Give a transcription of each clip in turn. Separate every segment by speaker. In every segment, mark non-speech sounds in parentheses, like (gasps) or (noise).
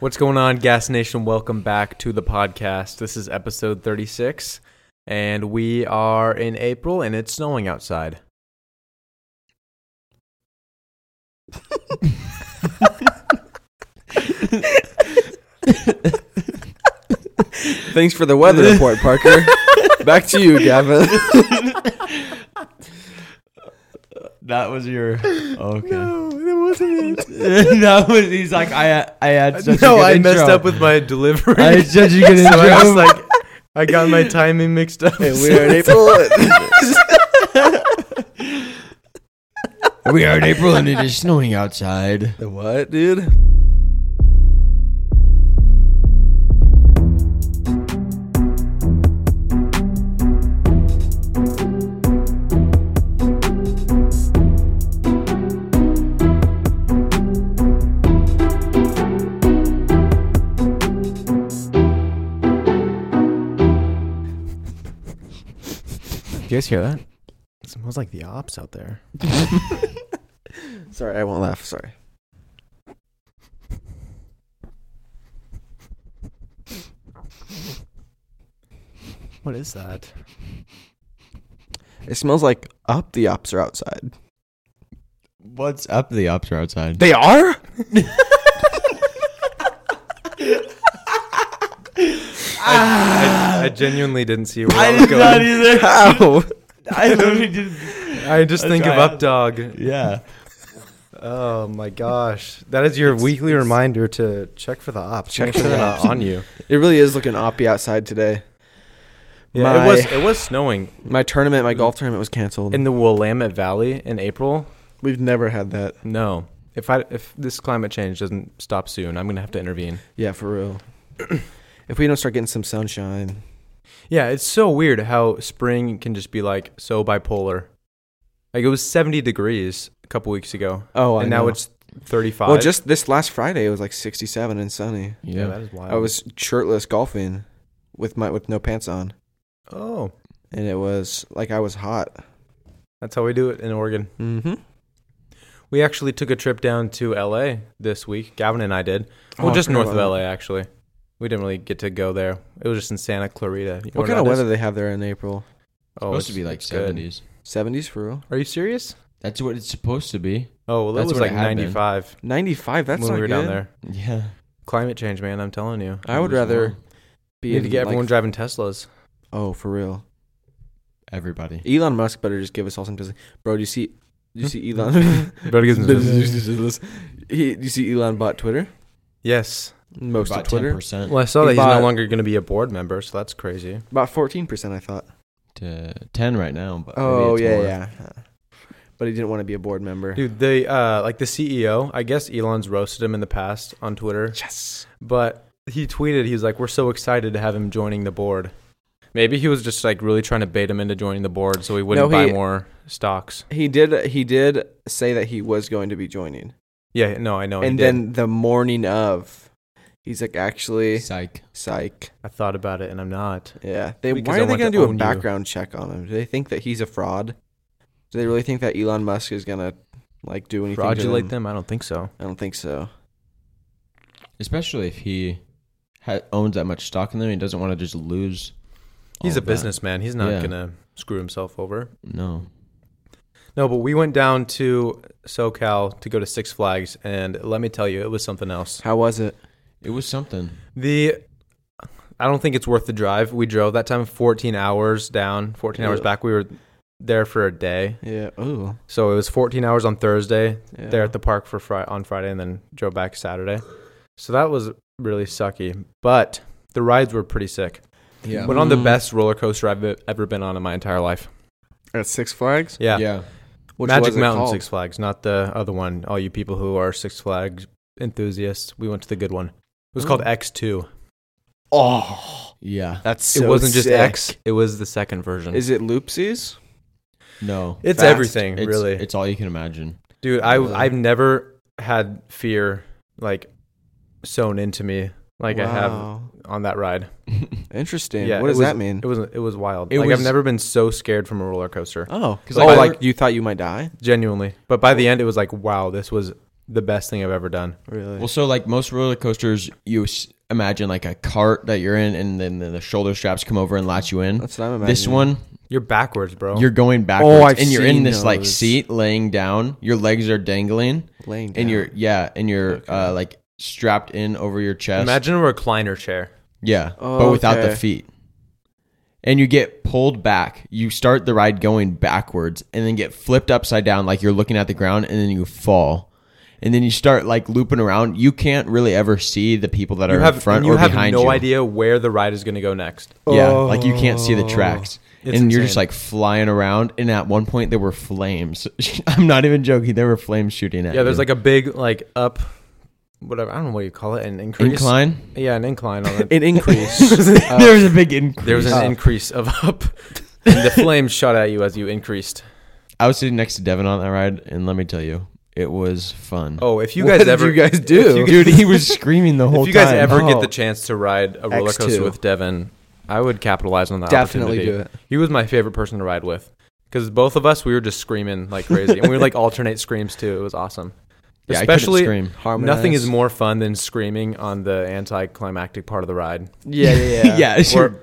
Speaker 1: What's going on, Gas Nation? Welcome back to the podcast. This is episode 36, and we are in April and it's snowing outside.
Speaker 2: Thanks for the
Speaker 1: (laughs)
Speaker 2: weather report, Parker. Back to you, Gavin.
Speaker 3: That was your
Speaker 1: Oh,
Speaker 3: okay.
Speaker 1: (laughs)
Speaker 3: (laughs)
Speaker 1: it wasn't it.
Speaker 3: that was he's like I I had such
Speaker 1: no,
Speaker 3: a good
Speaker 1: I
Speaker 3: intro.
Speaker 1: messed up with my delivery.
Speaker 3: I had such a good
Speaker 1: (laughs) so
Speaker 3: intro.
Speaker 1: I was like, I got my timing mixed up.
Speaker 2: we are in April.
Speaker 3: (laughs) we are in April and it is snowing outside.
Speaker 2: what, dude?
Speaker 1: you guys hear that? It smells like the ops out there.
Speaker 2: Sorry, I won't laugh. Sorry.
Speaker 1: What is that?
Speaker 2: It smells like up the ops are outside.
Speaker 3: What's up? The ops are outside.
Speaker 2: They are?
Speaker 1: I, I genuinely didn't see where that
Speaker 3: I
Speaker 1: was
Speaker 3: did
Speaker 1: going.
Speaker 3: not either.
Speaker 2: (laughs) How?
Speaker 3: (laughs) I literally did.
Speaker 1: I just
Speaker 3: I
Speaker 1: think of
Speaker 3: tried.
Speaker 1: Updog.
Speaker 3: Yeah.
Speaker 1: Oh my gosh, that is your weekly reminder to check for the ops.
Speaker 2: Check
Speaker 1: Make
Speaker 2: for
Speaker 1: sure
Speaker 2: the
Speaker 1: they're
Speaker 2: ops.
Speaker 1: not on (laughs) you.
Speaker 2: It really is looking oppy outside today.
Speaker 1: Yeah,
Speaker 2: My-
Speaker 1: it was it was snowing
Speaker 2: My tournament, my golf tournament was canceled.
Speaker 1: in the Willamette Valley in April.
Speaker 2: We've never had that.
Speaker 1: No, if I if this climate change doesn't stop soon, I'm gonna have to intervene.
Speaker 2: Yeah, for real. (clears throat) if we don't start getting some sunshine.
Speaker 1: Yeah, it's so weird how spring can just be like so bipolar. Like it was 70 degrees a couple weeks ago,
Speaker 2: Oh,
Speaker 1: and now it's 35.
Speaker 2: Well, just this last Friday, it was like 67 and sunny.
Speaker 1: yeah, that is wild.
Speaker 2: I was shirtless golfing with my with no pants on,
Speaker 1: oh,
Speaker 2: and it was like I was hot.
Speaker 1: that's how we do it in Oregon.
Speaker 2: Mm-hmm.
Speaker 1: We actually took a trip down to LA this week. Gavin and I did. Well,
Speaker 2: Oh, I
Speaker 1: just
Speaker 2: forgot
Speaker 1: north of
Speaker 2: about
Speaker 1: LA, actually. We didn't really get to go there. It was just in Santa Clarita. You know
Speaker 2: What kind of
Speaker 1: that
Speaker 2: weather
Speaker 1: is?
Speaker 2: they have there in April?
Speaker 1: Oh,
Speaker 3: supposed
Speaker 1: it's-
Speaker 3: to be like
Speaker 1: it's good.
Speaker 3: seventies.
Speaker 2: 70s for real?
Speaker 1: Are you serious?
Speaker 3: That's what it's supposed to be.
Speaker 1: Oh, well, that
Speaker 3: That's
Speaker 1: was
Speaker 3: what
Speaker 1: like
Speaker 3: it had been.
Speaker 1: 95
Speaker 2: 95. That's
Speaker 1: when
Speaker 2: not
Speaker 1: we were down
Speaker 2: good.
Speaker 1: there.
Speaker 3: Yeah.
Speaker 1: Climate change, man. I'm telling you.
Speaker 2: I would rather be
Speaker 1: You need
Speaker 2: in,
Speaker 1: to get
Speaker 2: like-
Speaker 1: everyone driving Teslas.
Speaker 2: Oh, for real.
Speaker 3: Everybody.
Speaker 2: Elon Musk better just give us all some business. Bro, do you see? Do you see Elon?
Speaker 1: Better
Speaker 2: (laughs)
Speaker 1: get some-
Speaker 2: he, do you see Elon bought Twitter?
Speaker 1: yes.
Speaker 2: Most
Speaker 3: About
Speaker 2: of Twitter.
Speaker 3: 10%
Speaker 1: Well, I saw
Speaker 2: He
Speaker 1: that he's no
Speaker 2: bought-
Speaker 1: longer going to be a board member, so that's crazy.
Speaker 2: About 14%, I thought.
Speaker 3: to ten right now, but Uh, maybe
Speaker 2: Oh,
Speaker 3: it's
Speaker 2: yeah,
Speaker 3: more.
Speaker 2: yeah. But he didn't want to be a board member.
Speaker 1: Dude, they uh, like the CEO. I guess Elon's roasted him in the past on Twitter.
Speaker 2: Yes.
Speaker 1: but he tweeted he was like we're so excited to have him joining the board maybe he was just like really trying to bait him into joining the board so he wouldn't
Speaker 2: No, he-
Speaker 1: buy more stocks
Speaker 2: He did. He did say that he was going to be joining,
Speaker 1: yeah no i know Oh, he
Speaker 2: and
Speaker 1: did.
Speaker 2: then the morning of, he's like, actually,
Speaker 3: Psych.
Speaker 2: psych.
Speaker 1: i thought about it and i'm not
Speaker 2: Yeah. They,
Speaker 1: Because
Speaker 2: why
Speaker 1: I
Speaker 2: are they
Speaker 1: want
Speaker 2: going
Speaker 1: to
Speaker 2: to do
Speaker 1: own
Speaker 2: a
Speaker 1: you.
Speaker 2: background check on him? Do they think that he's a fraud? Do they really think that Elon Musk is going to like do anything? to
Speaker 1: fraudulate
Speaker 2: them?
Speaker 1: them i don't think so
Speaker 2: I don't think so.
Speaker 3: Especially if he ha- owns that much stock in them, he doesn't want to just lose.
Speaker 1: he's
Speaker 3: all
Speaker 1: a
Speaker 3: of that.
Speaker 1: businessman he's not
Speaker 3: Yeah.
Speaker 1: gonna screw himself over
Speaker 3: No.
Speaker 1: no but we went down to socal to go to six flags and let me tell you it was something else
Speaker 2: How was it?
Speaker 3: It was something.
Speaker 1: the i don't think it's worth the drive we drove that time 14 hours down 14 hours
Speaker 2: Ugh.
Speaker 1: back we were there for a day
Speaker 2: Yeah. Ooh.
Speaker 1: so it was 14 hours on thursday
Speaker 2: Yeah.
Speaker 1: there at the park for fri- on Friday and then drove back Saturday. So that was really sucky, but the rides were pretty sick.
Speaker 2: Yeah.
Speaker 1: Went on the
Speaker 3: Mm.
Speaker 1: best roller coaster I've e- ever been on in my entire life.
Speaker 2: At Six Flags.
Speaker 1: Yeah.
Speaker 2: Which
Speaker 1: Magic
Speaker 2: was it
Speaker 1: Mountain
Speaker 2: called?
Speaker 1: Six Flags, not the other one. All you people who are Six Flags enthusiasts, we went to the good one. It was called
Speaker 2: Mm.
Speaker 1: X2.
Speaker 2: Oh,
Speaker 3: Yeah.
Speaker 2: that's
Speaker 1: it
Speaker 2: so
Speaker 1: wasn't just
Speaker 2: sick.
Speaker 1: X, it was the second version.
Speaker 2: Is it Loopsies?
Speaker 3: No.
Speaker 1: it's
Speaker 2: fast?
Speaker 1: everything,
Speaker 3: It's-
Speaker 1: really.
Speaker 3: It's all you can imagine.
Speaker 1: Dude, I
Speaker 2: Really?
Speaker 1: I've never had fear like sewn into me like I have
Speaker 2: Wow.
Speaker 1: on that ride.
Speaker 2: Interesting.
Speaker 1: Yeah,
Speaker 2: what
Speaker 1: it
Speaker 2: does
Speaker 1: was-
Speaker 2: that mean?
Speaker 1: It was it was wild.
Speaker 3: It
Speaker 1: like I've
Speaker 3: was-
Speaker 1: never been so scared from a roller coaster,
Speaker 2: oh,
Speaker 3: 'Cause,
Speaker 2: oh,
Speaker 3: like, I
Speaker 2: like
Speaker 3: were-
Speaker 2: you thought you might die.
Speaker 1: genuinely. But by the end, it was like, wow, this was the best thing I've ever done.
Speaker 2: Really?
Speaker 3: Well, so like most roller coasters, you s- imagine like a cart that you're in, and then the, the shoulder straps come over and latch you in.
Speaker 2: That's what I'm imagining. Oh,
Speaker 3: This one,
Speaker 1: You're backwards, bro.
Speaker 3: you're going backwards,
Speaker 2: I've
Speaker 3: and you're in
Speaker 2: seen
Speaker 3: this like
Speaker 2: those.
Speaker 3: seat, laying down. Your legs are dangling,
Speaker 2: laying down.
Speaker 3: and you're yeah, and you're uh, like strapped in over your chest.
Speaker 1: Imagine a recliner chair.
Speaker 3: Yeah,
Speaker 2: Oh,
Speaker 3: but without
Speaker 2: okay.
Speaker 3: the feet. And you get pulled back. You start the ride going backwards and then get flipped upside down like you're looking at the ground and then you fall. And then you start like looping around. You can't really ever see the people that
Speaker 1: You
Speaker 3: are
Speaker 1: have
Speaker 3: in front
Speaker 1: you
Speaker 3: or
Speaker 1: have
Speaker 3: behind
Speaker 1: no
Speaker 3: you.
Speaker 1: idea where the ride is going to go next.
Speaker 3: Yeah, like you can't see the tracks.
Speaker 1: Oh, It's
Speaker 3: and you're just
Speaker 1: insane.
Speaker 3: like flying around and at one point there were flames. (laughs) I'm not even joking. There were flames shooting at
Speaker 1: Yeah, there's
Speaker 3: you.
Speaker 1: like a big like up, whatever I don't know what you call it, an increase.
Speaker 3: incline.
Speaker 1: Yeah, an incline on (laughs) it.
Speaker 2: An increase.
Speaker 3: (laughs) there was a big increase.
Speaker 1: uh,
Speaker 3: Oh.
Speaker 1: there was an
Speaker 2: Up.
Speaker 1: increase of (laughs) up. and the flames shot at you as you increased.
Speaker 3: I was sitting next to Devin on that ride and let me tell you, it was fun.
Speaker 1: Oh, if you
Speaker 2: What
Speaker 1: guys
Speaker 2: did
Speaker 1: ever
Speaker 2: you guys
Speaker 1: if
Speaker 2: do?
Speaker 1: you
Speaker 3: (laughs) dude, he was screaming the whole
Speaker 1: if you guys
Speaker 3: time.
Speaker 1: ever get
Speaker 2: Oh.
Speaker 1: the chance to ride a roller
Speaker 2: X2.
Speaker 1: coaster with Devin, I would capitalize on that.
Speaker 2: Definitely do
Speaker 1: opportunity.
Speaker 2: it.
Speaker 1: He was my favorite person to ride with because both of us we were just screaming like crazy, and we would
Speaker 3: (laughs)
Speaker 1: like alternate screams too. It was awesome.
Speaker 3: Yeah, I couldn't
Speaker 1: Especially,
Speaker 3: scream.
Speaker 2: (laughs) Harmonize.
Speaker 1: nothing is more fun than screaming on the anticlimactic part of the ride.
Speaker 2: (laughs) Yeah, yeah,
Speaker 1: (laughs)
Speaker 3: (laughs)
Speaker 2: yeah.
Speaker 3: yeah, it's
Speaker 1: Or-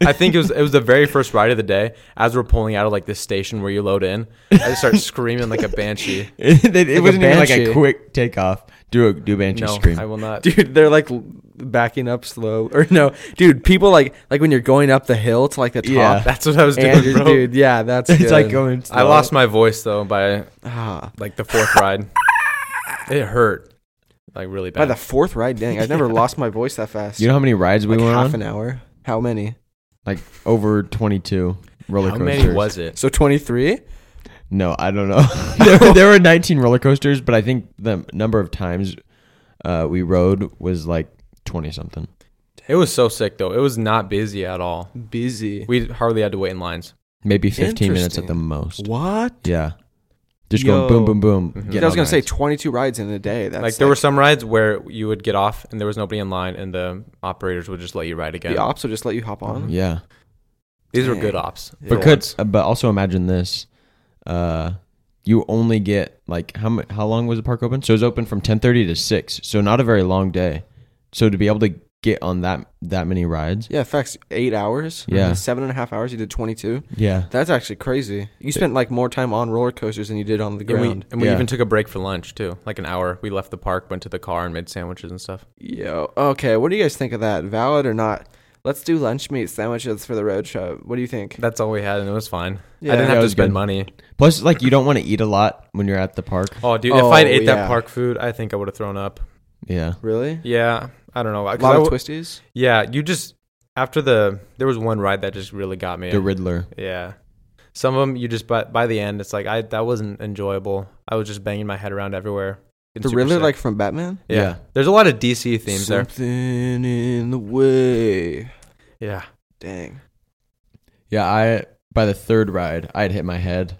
Speaker 1: I think it was it was the very first ride of the day. As we're pulling out of like this station where you load in, I just
Speaker 3: (laughs)
Speaker 1: start screaming like a banshee.
Speaker 3: it, it
Speaker 2: a
Speaker 3: wasn't even like a
Speaker 2: banshee.
Speaker 3: quick takeoff. Do a do a banshee
Speaker 1: No,
Speaker 3: (laughs) scream.
Speaker 1: I will not.
Speaker 2: Dude, they're like l- backing up slow. (laughs) Or no, dude, people like like when you're going up the hill to like the top.
Speaker 3: Yeah.
Speaker 1: That's what I
Speaker 2: (laughs)
Speaker 1: was doing,
Speaker 2: and you're-
Speaker 1: bro.
Speaker 2: dude, yeah, (laughs) that's
Speaker 3: it's like
Speaker 2: good.
Speaker 3: going.
Speaker 1: I
Speaker 3: slow.
Speaker 1: lost my voice though by
Speaker 2: Ah.
Speaker 1: like the fourth ride. It hurt like really
Speaker 2: By
Speaker 1: bad.
Speaker 2: the fourth ride, dang, I've never lost my voice that fast.
Speaker 3: You know how many rides we
Speaker 2: like
Speaker 3: went
Speaker 2: half
Speaker 3: on?
Speaker 2: an hour. How many?
Speaker 3: Like over twenty two roller
Speaker 1: How
Speaker 3: coasters.
Speaker 1: many was it?
Speaker 2: So twenty three.
Speaker 3: No, I don't know. (laughs) there, were, there were nineteen roller coasters, but I think the number of times uh, we rode was like twenty something.
Speaker 1: It was so sick though. It was not busy at all.
Speaker 2: Busy.
Speaker 1: We hardly had to wait in lines.
Speaker 3: Maybe fifteen minutes at the
Speaker 2: Interesting.
Speaker 3: most.
Speaker 2: What?
Speaker 3: Yeah. Just going boom,
Speaker 2: Yo.
Speaker 3: boom, boom.
Speaker 1: Mhm.
Speaker 3: getting
Speaker 2: I was
Speaker 3: all
Speaker 2: gonna say
Speaker 3: nice.
Speaker 2: twenty two rides in a day. That's
Speaker 1: like there were some rides where you would get off and there was nobody in line and the operators would just let you ride again.
Speaker 2: the ops will just let you hop on.
Speaker 3: Yeah.
Speaker 1: These were
Speaker 2: Dang.
Speaker 1: good ops.
Speaker 2: Yeah.
Speaker 1: for
Speaker 3: But could
Speaker 1: once.
Speaker 3: uh, but also imagine this, uh, you only get like how mu- how long was the park open? So it was open from ten thirty to six. So not a very long day. So to be able to get on that that many rides,
Speaker 2: Yeah, facts. Eight hours.
Speaker 3: Yeah.
Speaker 2: Seven and a half hours. You did twenty two.
Speaker 3: yeah,
Speaker 2: That's actually crazy. You spent like more time on roller coasters than you did on the
Speaker 1: and we,
Speaker 2: ground.
Speaker 1: and we
Speaker 3: Yeah.
Speaker 1: even took a break for lunch too, like an hour. We left the park, went to the car, and made sandwiches and stuff.
Speaker 2: Yo. Okay. What do you guys think of that? Valid or not? Let's do lunch meat sandwiches for the road show. What do you think?
Speaker 1: That's all we had, and it was fine.
Speaker 2: Yeah.
Speaker 1: I didn't
Speaker 3: That
Speaker 1: have to
Speaker 3: was
Speaker 1: spend
Speaker 3: good.
Speaker 1: money.
Speaker 3: Plus, like you don't want to eat a lot when you're at the park.
Speaker 1: Oh, dude,
Speaker 2: Oh,
Speaker 1: if I'd ate
Speaker 2: yeah.
Speaker 1: that park food, I think I would have thrown up.
Speaker 3: Yeah,
Speaker 2: Really?
Speaker 1: Yeah, I don't know. 'Cause
Speaker 2: A lot
Speaker 1: I
Speaker 2: of
Speaker 1: w-
Speaker 2: twisties.
Speaker 1: Yeah, you just after the there was one ride that just really got me.
Speaker 3: the Riddler.
Speaker 1: yeah, some of them you just by by the end it's like I that wasn't enjoyable. I was just banging my head around everywhere. Getting
Speaker 2: The
Speaker 1: super
Speaker 2: Riddler,
Speaker 1: sick.
Speaker 2: like from Batman.
Speaker 1: yeah.
Speaker 3: Yeah.
Speaker 1: There's a lot of DC themes there.
Speaker 2: Something in the way.
Speaker 1: Yeah,
Speaker 2: Dang.
Speaker 3: Yeah, I by the third ride, I had hit my head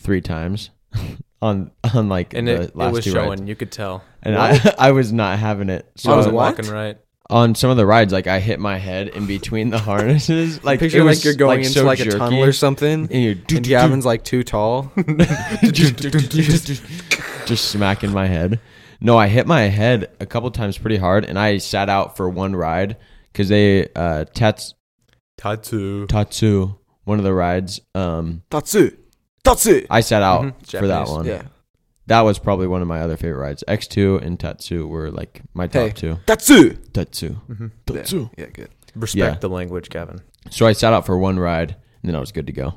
Speaker 3: three times (laughs) on on like
Speaker 1: and
Speaker 3: the
Speaker 1: it, it
Speaker 3: last
Speaker 1: was
Speaker 3: two
Speaker 1: showing.
Speaker 3: rides,
Speaker 1: You could tell.
Speaker 3: and I (laughs) I was not having it. So
Speaker 1: I
Speaker 2: Oh,
Speaker 1: was
Speaker 2: what?
Speaker 1: walking right.
Speaker 3: on some of the rides, like I hit my head in between the (laughs) harnesses. Like
Speaker 2: Picture
Speaker 3: it
Speaker 2: like
Speaker 3: was,
Speaker 2: you're going into
Speaker 3: so
Speaker 2: like
Speaker 3: jerky.
Speaker 2: a tunnel or something.
Speaker 3: and you're do- (laughs)
Speaker 2: And Gavin's like too tall.
Speaker 3: just smacking my head. No, I hit my head a couple times pretty hard, and I sat out for one ride because they uh, tats
Speaker 1: (laughs) Tattoo.
Speaker 3: tatsu one of the rides. Um,
Speaker 2: Tatsu. Tatsu.
Speaker 3: I sat out
Speaker 1: Mhm,
Speaker 3: for that
Speaker 1: Japanese.
Speaker 3: one.
Speaker 2: Mm-hmm. Yeah.
Speaker 3: That was probably one of my other favorite rides. X two and tatsu were like my top
Speaker 2: Hey.
Speaker 3: two.
Speaker 2: Tatsu.
Speaker 3: Tatsu,
Speaker 1: Mhm.
Speaker 3: tatsu.
Speaker 2: Yeah, good.
Speaker 1: Respect
Speaker 3: Yeah.
Speaker 1: the language, Kevin.
Speaker 3: So I sat out for one ride, and then I was good to go.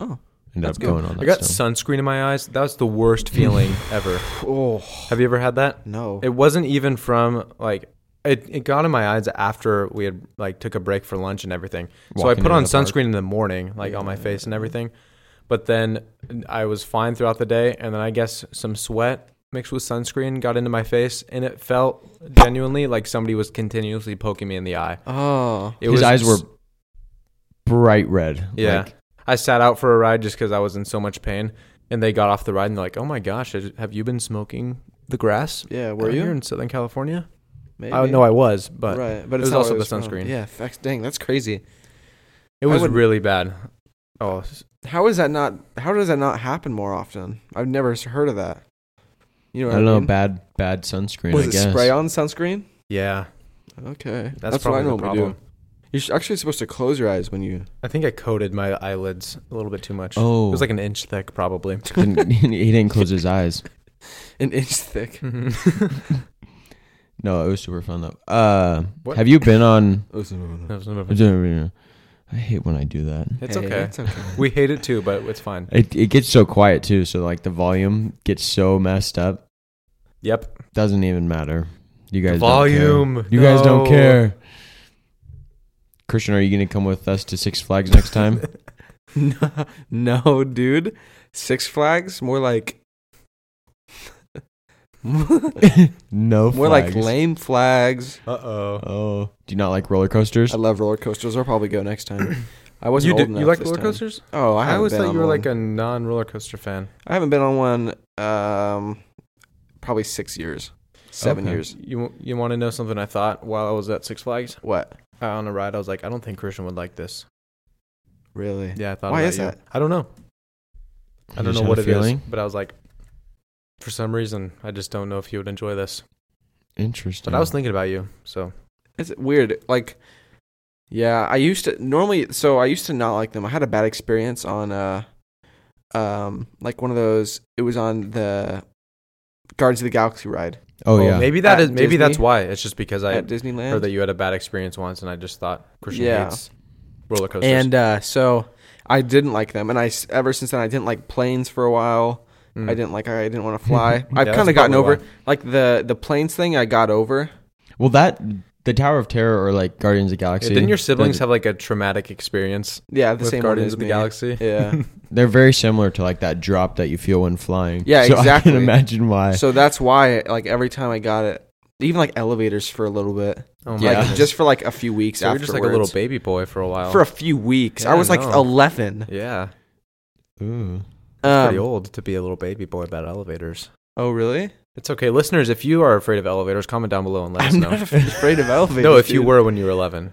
Speaker 2: Oh.
Speaker 3: ended
Speaker 2: that's
Speaker 3: up
Speaker 2: good.
Speaker 3: going on. That
Speaker 1: I got
Speaker 3: stone.
Speaker 1: sunscreen in my eyes. That was the worst
Speaker 3: (laughs)
Speaker 1: feeling ever.
Speaker 2: Oh
Speaker 1: Have you ever had that?
Speaker 2: no.
Speaker 1: It wasn't even from like it, it got in my eyes after we had like took a break for lunch and everything. so I
Speaker 3: Walking
Speaker 1: put
Speaker 3: into
Speaker 1: on
Speaker 3: the park.
Speaker 1: sunscreen in the morning, like on my face and everything. But then I was fine throughout the day, and then I guess some sweat mixed with sunscreen got into my face, and it felt genuinely like somebody was continuously poking me in the eye.
Speaker 2: oh.
Speaker 1: It
Speaker 3: His
Speaker 1: was,
Speaker 3: eyes were bright red.
Speaker 1: yeah.
Speaker 3: Like,
Speaker 1: I sat out for a ride just because I was in so much pain, and they got off the ride and they're like, "Oh my gosh, is- have you been smoking the grass?"
Speaker 2: Yeah, were
Speaker 1: out here
Speaker 2: you?
Speaker 1: in Southern California?
Speaker 2: Maybe.
Speaker 1: I know I was, but
Speaker 2: right, but
Speaker 1: it
Speaker 2: it's
Speaker 1: was
Speaker 2: not
Speaker 1: also
Speaker 2: where
Speaker 1: the
Speaker 2: it from.
Speaker 1: sunscreen.
Speaker 2: Yeah, facts. Dang, that's crazy.
Speaker 1: It
Speaker 2: I
Speaker 1: was
Speaker 2: would-
Speaker 1: really bad. Oh, s-
Speaker 2: How is that not? How does that not happen more often? I've never s- heard of that. You know
Speaker 3: I
Speaker 2: what
Speaker 3: don't know.
Speaker 2: mean?
Speaker 3: Bad bad sunscreen.
Speaker 2: Was
Speaker 3: I
Speaker 2: it
Speaker 3: guess.
Speaker 2: spray on sunscreen?
Speaker 1: Yeah,
Speaker 2: Okay,
Speaker 1: that's,
Speaker 2: what I
Speaker 1: probably the
Speaker 2: normally do.
Speaker 1: problem.
Speaker 2: You're sh- actually supposed to close your eyes when you.
Speaker 1: I think I coated my eyelids a little bit too much.
Speaker 3: Oh.
Speaker 1: it was like an inch thick, probably.
Speaker 3: (laughs) Didn't- he didn't close his eyes.
Speaker 2: An inch thick.
Speaker 1: (laughs)
Speaker 3: No, it was super fun though. Uh,
Speaker 1: What?
Speaker 3: have you been on?
Speaker 1: Oh,
Speaker 2: It's
Speaker 1: it's
Speaker 3: I hate when I do that.
Speaker 1: okay.
Speaker 2: It's okay.
Speaker 1: we hate it too, but it's fine.
Speaker 3: It it gets so quiet too. So like the volume gets so messed up.
Speaker 1: Yep.
Speaker 3: Doesn't even matter. You guys Don't
Speaker 1: Volume.
Speaker 3: care. You guys don't
Speaker 1: No. (laughs)
Speaker 3: care. Christian, are you gonna come with us to Six Flags
Speaker 1: (laughs)
Speaker 3: next time?
Speaker 2: no, no, dude. Six Flags, more (laughs) like more
Speaker 3: no.
Speaker 2: like
Speaker 3: flags.
Speaker 2: lame flags.
Speaker 1: Uh oh.
Speaker 3: Oh, do you not like roller coasters?
Speaker 2: I love roller coasters. I'll probably go next time. I wasn't
Speaker 1: You
Speaker 2: old
Speaker 1: do,
Speaker 2: enough
Speaker 1: you like
Speaker 2: this
Speaker 1: roller
Speaker 2: time.
Speaker 1: coasters?
Speaker 2: Oh, I,
Speaker 1: I,
Speaker 2: haven't
Speaker 1: always
Speaker 2: been
Speaker 1: thought
Speaker 2: on
Speaker 1: you were
Speaker 2: one.
Speaker 1: like a non roller coaster fan.
Speaker 2: I haven't been on one. Um, probably six years, seven
Speaker 3: Okay.
Speaker 2: years.
Speaker 1: You you want to know something? I thought while I was at Six Flags
Speaker 2: What?
Speaker 1: uh, on a ride, I was like, I don't think Christian would like this.
Speaker 2: Really?
Speaker 1: Yeah, I thought.
Speaker 2: Why
Speaker 1: about
Speaker 2: is
Speaker 1: you.
Speaker 2: that?
Speaker 1: I don't know. I
Speaker 3: You
Speaker 1: don't
Speaker 3: just
Speaker 1: know
Speaker 3: had
Speaker 1: what
Speaker 3: a
Speaker 1: it is,
Speaker 3: feeling?
Speaker 1: but I was like, for some reason, I just don't know if you would enjoy this.
Speaker 3: Interesting.
Speaker 1: But I was thinking about you, so
Speaker 2: It's weird. Like, yeah, I used to normally. So I used to not like them. I had a bad experience on, uh, um, like one of those. It was on the Guardians of the Galaxy ride
Speaker 3: oh
Speaker 1: Well,
Speaker 3: yeah.
Speaker 1: maybe that
Speaker 2: At
Speaker 1: is maybe that's
Speaker 2: Disney?
Speaker 1: why. It's just because I
Speaker 2: at Disneyland.
Speaker 1: heard that you had a bad experience once, and I just thought Christian
Speaker 2: Yeah.
Speaker 1: hates roller coasters.
Speaker 2: and uh, so I didn't like them, and I s- ever since then I didn't like planes for a while.
Speaker 1: Mm.
Speaker 2: I didn't like. I didn't want
Speaker 1: (laughs)
Speaker 2: to fly. I've
Speaker 1: that's
Speaker 2: kind of gotten
Speaker 1: probably
Speaker 2: over like the the planes thing. I got over.
Speaker 3: Well, that the Tower of Terror or like Guardians of the Galaxy.
Speaker 1: Didn't your siblings
Speaker 3: they're,
Speaker 1: have like a traumatic experience
Speaker 2: Yeah, the
Speaker 1: with
Speaker 2: same one
Speaker 1: Guardians
Speaker 2: as
Speaker 1: of the
Speaker 2: me.
Speaker 1: Galaxy? (laughs)
Speaker 2: Yeah.
Speaker 3: They're very similar to like that drop that you feel when flying.
Speaker 2: Yeah,
Speaker 3: so
Speaker 2: exactly.
Speaker 3: I can imagine why.
Speaker 2: so that's why, like every time I got it, even like elevators for a little bit,
Speaker 1: (laughs) Oh
Speaker 3: Yeah.
Speaker 2: like
Speaker 1: goodness.
Speaker 2: just for like a few weeks
Speaker 1: so you're
Speaker 2: afterwards.
Speaker 1: just like a little baby boy for a while.
Speaker 2: for a few weeks.
Speaker 1: Yeah,
Speaker 2: I was like
Speaker 1: no.
Speaker 2: eleven.
Speaker 1: yeah,
Speaker 3: Ooh.
Speaker 1: pretty
Speaker 2: Um,
Speaker 1: old to be a little baby boy about elevators.
Speaker 2: oh really?
Speaker 1: It's okay, listeners. If you are afraid of elevators, comment down below and let us
Speaker 2: I'm
Speaker 1: know.
Speaker 2: not
Speaker 1: (laughs)
Speaker 2: afraid of elevators.
Speaker 1: no, if you
Speaker 2: dude.
Speaker 1: were when you were 11.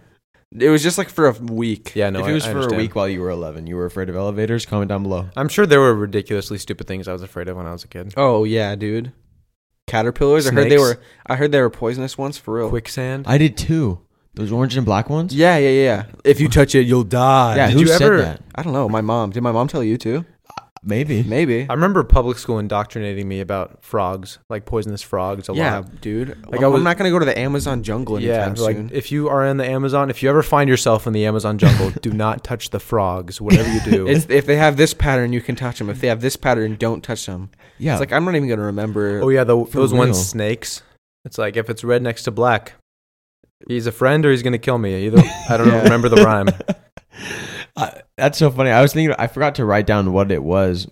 Speaker 2: it was just like for a week.
Speaker 1: Yeah, no.
Speaker 3: if
Speaker 1: I-
Speaker 3: it was
Speaker 1: I
Speaker 3: for a
Speaker 1: understand.
Speaker 3: week while you were 11, you were afraid of elevators. Comment down below.
Speaker 1: I'm sure there were ridiculously stupid things I was afraid of when I was a kid.
Speaker 2: Oh yeah, dude. Caterpillars. I heard they
Speaker 1: Snakes?
Speaker 2: were. I heard they were poisonous once for real.
Speaker 1: Quicksand.
Speaker 3: I did too. Those orange and black ones.
Speaker 2: Yeah, yeah, yeah. If you touch it, you'll die.
Speaker 3: yeah
Speaker 1: Did
Speaker 3: who
Speaker 1: you
Speaker 3: said
Speaker 1: ever-
Speaker 3: that?
Speaker 2: I don't know. My mom. Did my mom tell you too?
Speaker 3: Maybe.
Speaker 2: Maybe.
Speaker 1: I remember public school indoctrinating me about frogs, like poisonous frogs. A
Speaker 2: yeah,
Speaker 1: lot.
Speaker 2: dude.
Speaker 1: Like,
Speaker 2: I'm,
Speaker 1: I was-
Speaker 2: I'm not gonna go to the Amazon jungle
Speaker 1: Yeah,
Speaker 2: anytime
Speaker 1: like
Speaker 2: soon.
Speaker 1: if you are in the Amazon, if you ever find yourself in the Amazon jungle, do not touch the frogs. Whatever you do,
Speaker 2: (laughs) It's, if they have this pattern, you can touch them. If they have this pattern, don't touch them.
Speaker 3: Yeah.
Speaker 2: It's like I'm not even gonna remember.
Speaker 1: Oh yeah, the,
Speaker 3: For
Speaker 1: those
Speaker 3: real.
Speaker 1: ones snakes. It's like if it's red next to black, he's a friend or he's gonna kill me. Either I
Speaker 2: (laughs)
Speaker 1: don't
Speaker 2: Yeah.
Speaker 1: remember the rhyme.
Speaker 3: (laughs) I- that's so funny. I was thinking. I forgot to write down what it was,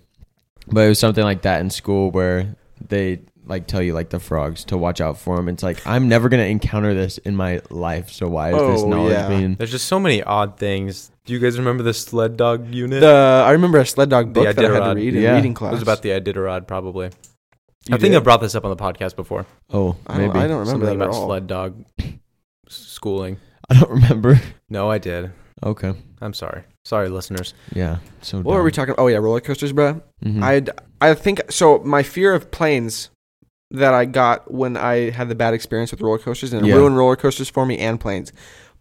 Speaker 3: but it was something like that in school where they like tell you like the frogs to watch out for them. It's like I'm never gonna encounter this in my life. So why is this
Speaker 2: Oh,
Speaker 3: knowledge
Speaker 2: yeah.
Speaker 3: being?
Speaker 1: There's just so many odd things. Do you guys remember the sled dog unit?
Speaker 2: The I remember a sled dog
Speaker 1: The
Speaker 2: book that I had to
Speaker 1: Iditarod.
Speaker 2: read in
Speaker 3: Yeah.
Speaker 2: reading
Speaker 3: It
Speaker 2: class.
Speaker 1: It was about the Iditarod, probably. I
Speaker 2: You
Speaker 1: think
Speaker 2: did?
Speaker 1: I brought this up on the podcast before.
Speaker 3: Oh,
Speaker 2: I
Speaker 3: maybe
Speaker 2: don't, I don't remember
Speaker 1: Something
Speaker 2: that at
Speaker 1: about
Speaker 2: all.
Speaker 1: sled dog schooling.
Speaker 3: (laughs) I don't remember.
Speaker 1: No, I did.
Speaker 3: Okay.
Speaker 1: I'm sorry. Sorry, listeners.
Speaker 3: Yeah. So Mm-hmm.
Speaker 2: What were we talking? Oh yeah, roller coasters, bro.
Speaker 3: talking?
Speaker 2: I I think so. My fear of planes that I got when I had the bad experience with roller coasters and it
Speaker 3: Yeah.
Speaker 2: ruined roller coasters for me and planes.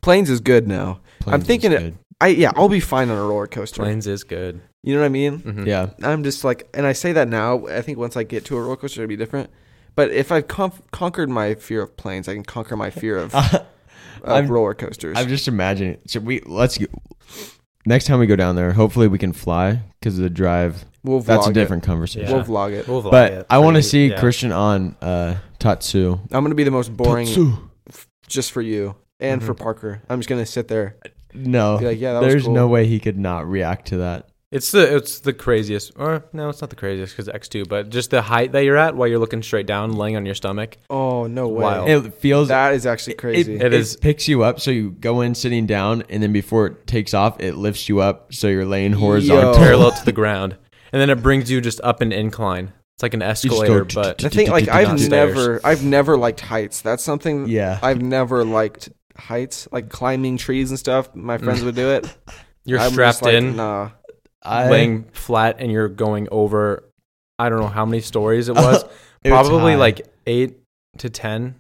Speaker 2: Planes is good now. I'm thinking it- I yeah, I'll be fine on a roller coaster.
Speaker 1: Planes is good.
Speaker 2: You know what I mean?
Speaker 1: Mhm.
Speaker 2: (laughs)
Speaker 3: Yeah.
Speaker 2: I'm just like, and I say that now. I think once I get to a roller coaster, it'll be different. But if I've conf- conquered my fear of planes, I can conquer my fear of, of
Speaker 3: I'm-
Speaker 2: roller
Speaker 3: (laughs)
Speaker 2: coasters.
Speaker 3: I'm just imagining. Should we? Let's. Go, next time we go down there, hopefully we can fly because of the drive.
Speaker 2: we'll vlog
Speaker 3: That's a different
Speaker 2: different.
Speaker 3: conversation.
Speaker 1: Yeah.
Speaker 2: We'll vlog it.
Speaker 1: We'll vlog
Speaker 3: But
Speaker 1: it.
Speaker 3: I want to
Speaker 1: Pretty-
Speaker 3: see
Speaker 1: yeah.
Speaker 3: Christian on uh, Tatsu.
Speaker 2: I'm gonna be the most boring,
Speaker 3: Tatsu.
Speaker 2: just for you and for
Speaker 1: Mhm.
Speaker 2: Parker. I'm just gonna sit there.
Speaker 3: No,
Speaker 2: Be like, yeah, that
Speaker 3: Mm-hmm.
Speaker 2: was
Speaker 3: Oh, there's
Speaker 2: cool.
Speaker 3: no way he could not react to that.
Speaker 1: It's the it's the craziest, or no, it's not the craziest because X two, but just the height that you're at while you're looking straight down, laying on your stomach.
Speaker 2: Oh no way!
Speaker 1: Wild.
Speaker 3: It feels
Speaker 2: That is actually crazy.
Speaker 3: It,
Speaker 1: It
Speaker 3: it,
Speaker 1: is-
Speaker 3: picks you up, so you go in sitting down, and then before it takes off, it lifts you up, so you're laying horizontal. (laughs)
Speaker 2: Yo.
Speaker 1: parallel to the ground, and then it brings you just up an incline. It's like an
Speaker 3: go
Speaker 1: escalator,
Speaker 3: t-
Speaker 1: but
Speaker 2: I think like
Speaker 1: Not
Speaker 2: I've
Speaker 1: stairs.
Speaker 2: never, I've never liked heights. That's something
Speaker 3: yeah,
Speaker 2: I've never liked heights, like climbing trees and stuff.
Speaker 3: Mm.
Speaker 2: My friends would do it.
Speaker 1: you're
Speaker 2: I'm just
Speaker 1: strapped
Speaker 2: like,
Speaker 1: in,
Speaker 2: Nah.
Speaker 1: (laughs)
Speaker 3: I, (laughs) (laughs)
Speaker 1: laying flat, and you're going over. I don't know how many stories it was,
Speaker 3: Oh, It was
Speaker 1: probably
Speaker 3: high.
Speaker 1: like eight to ten.
Speaker 2: Like
Speaker 1: Like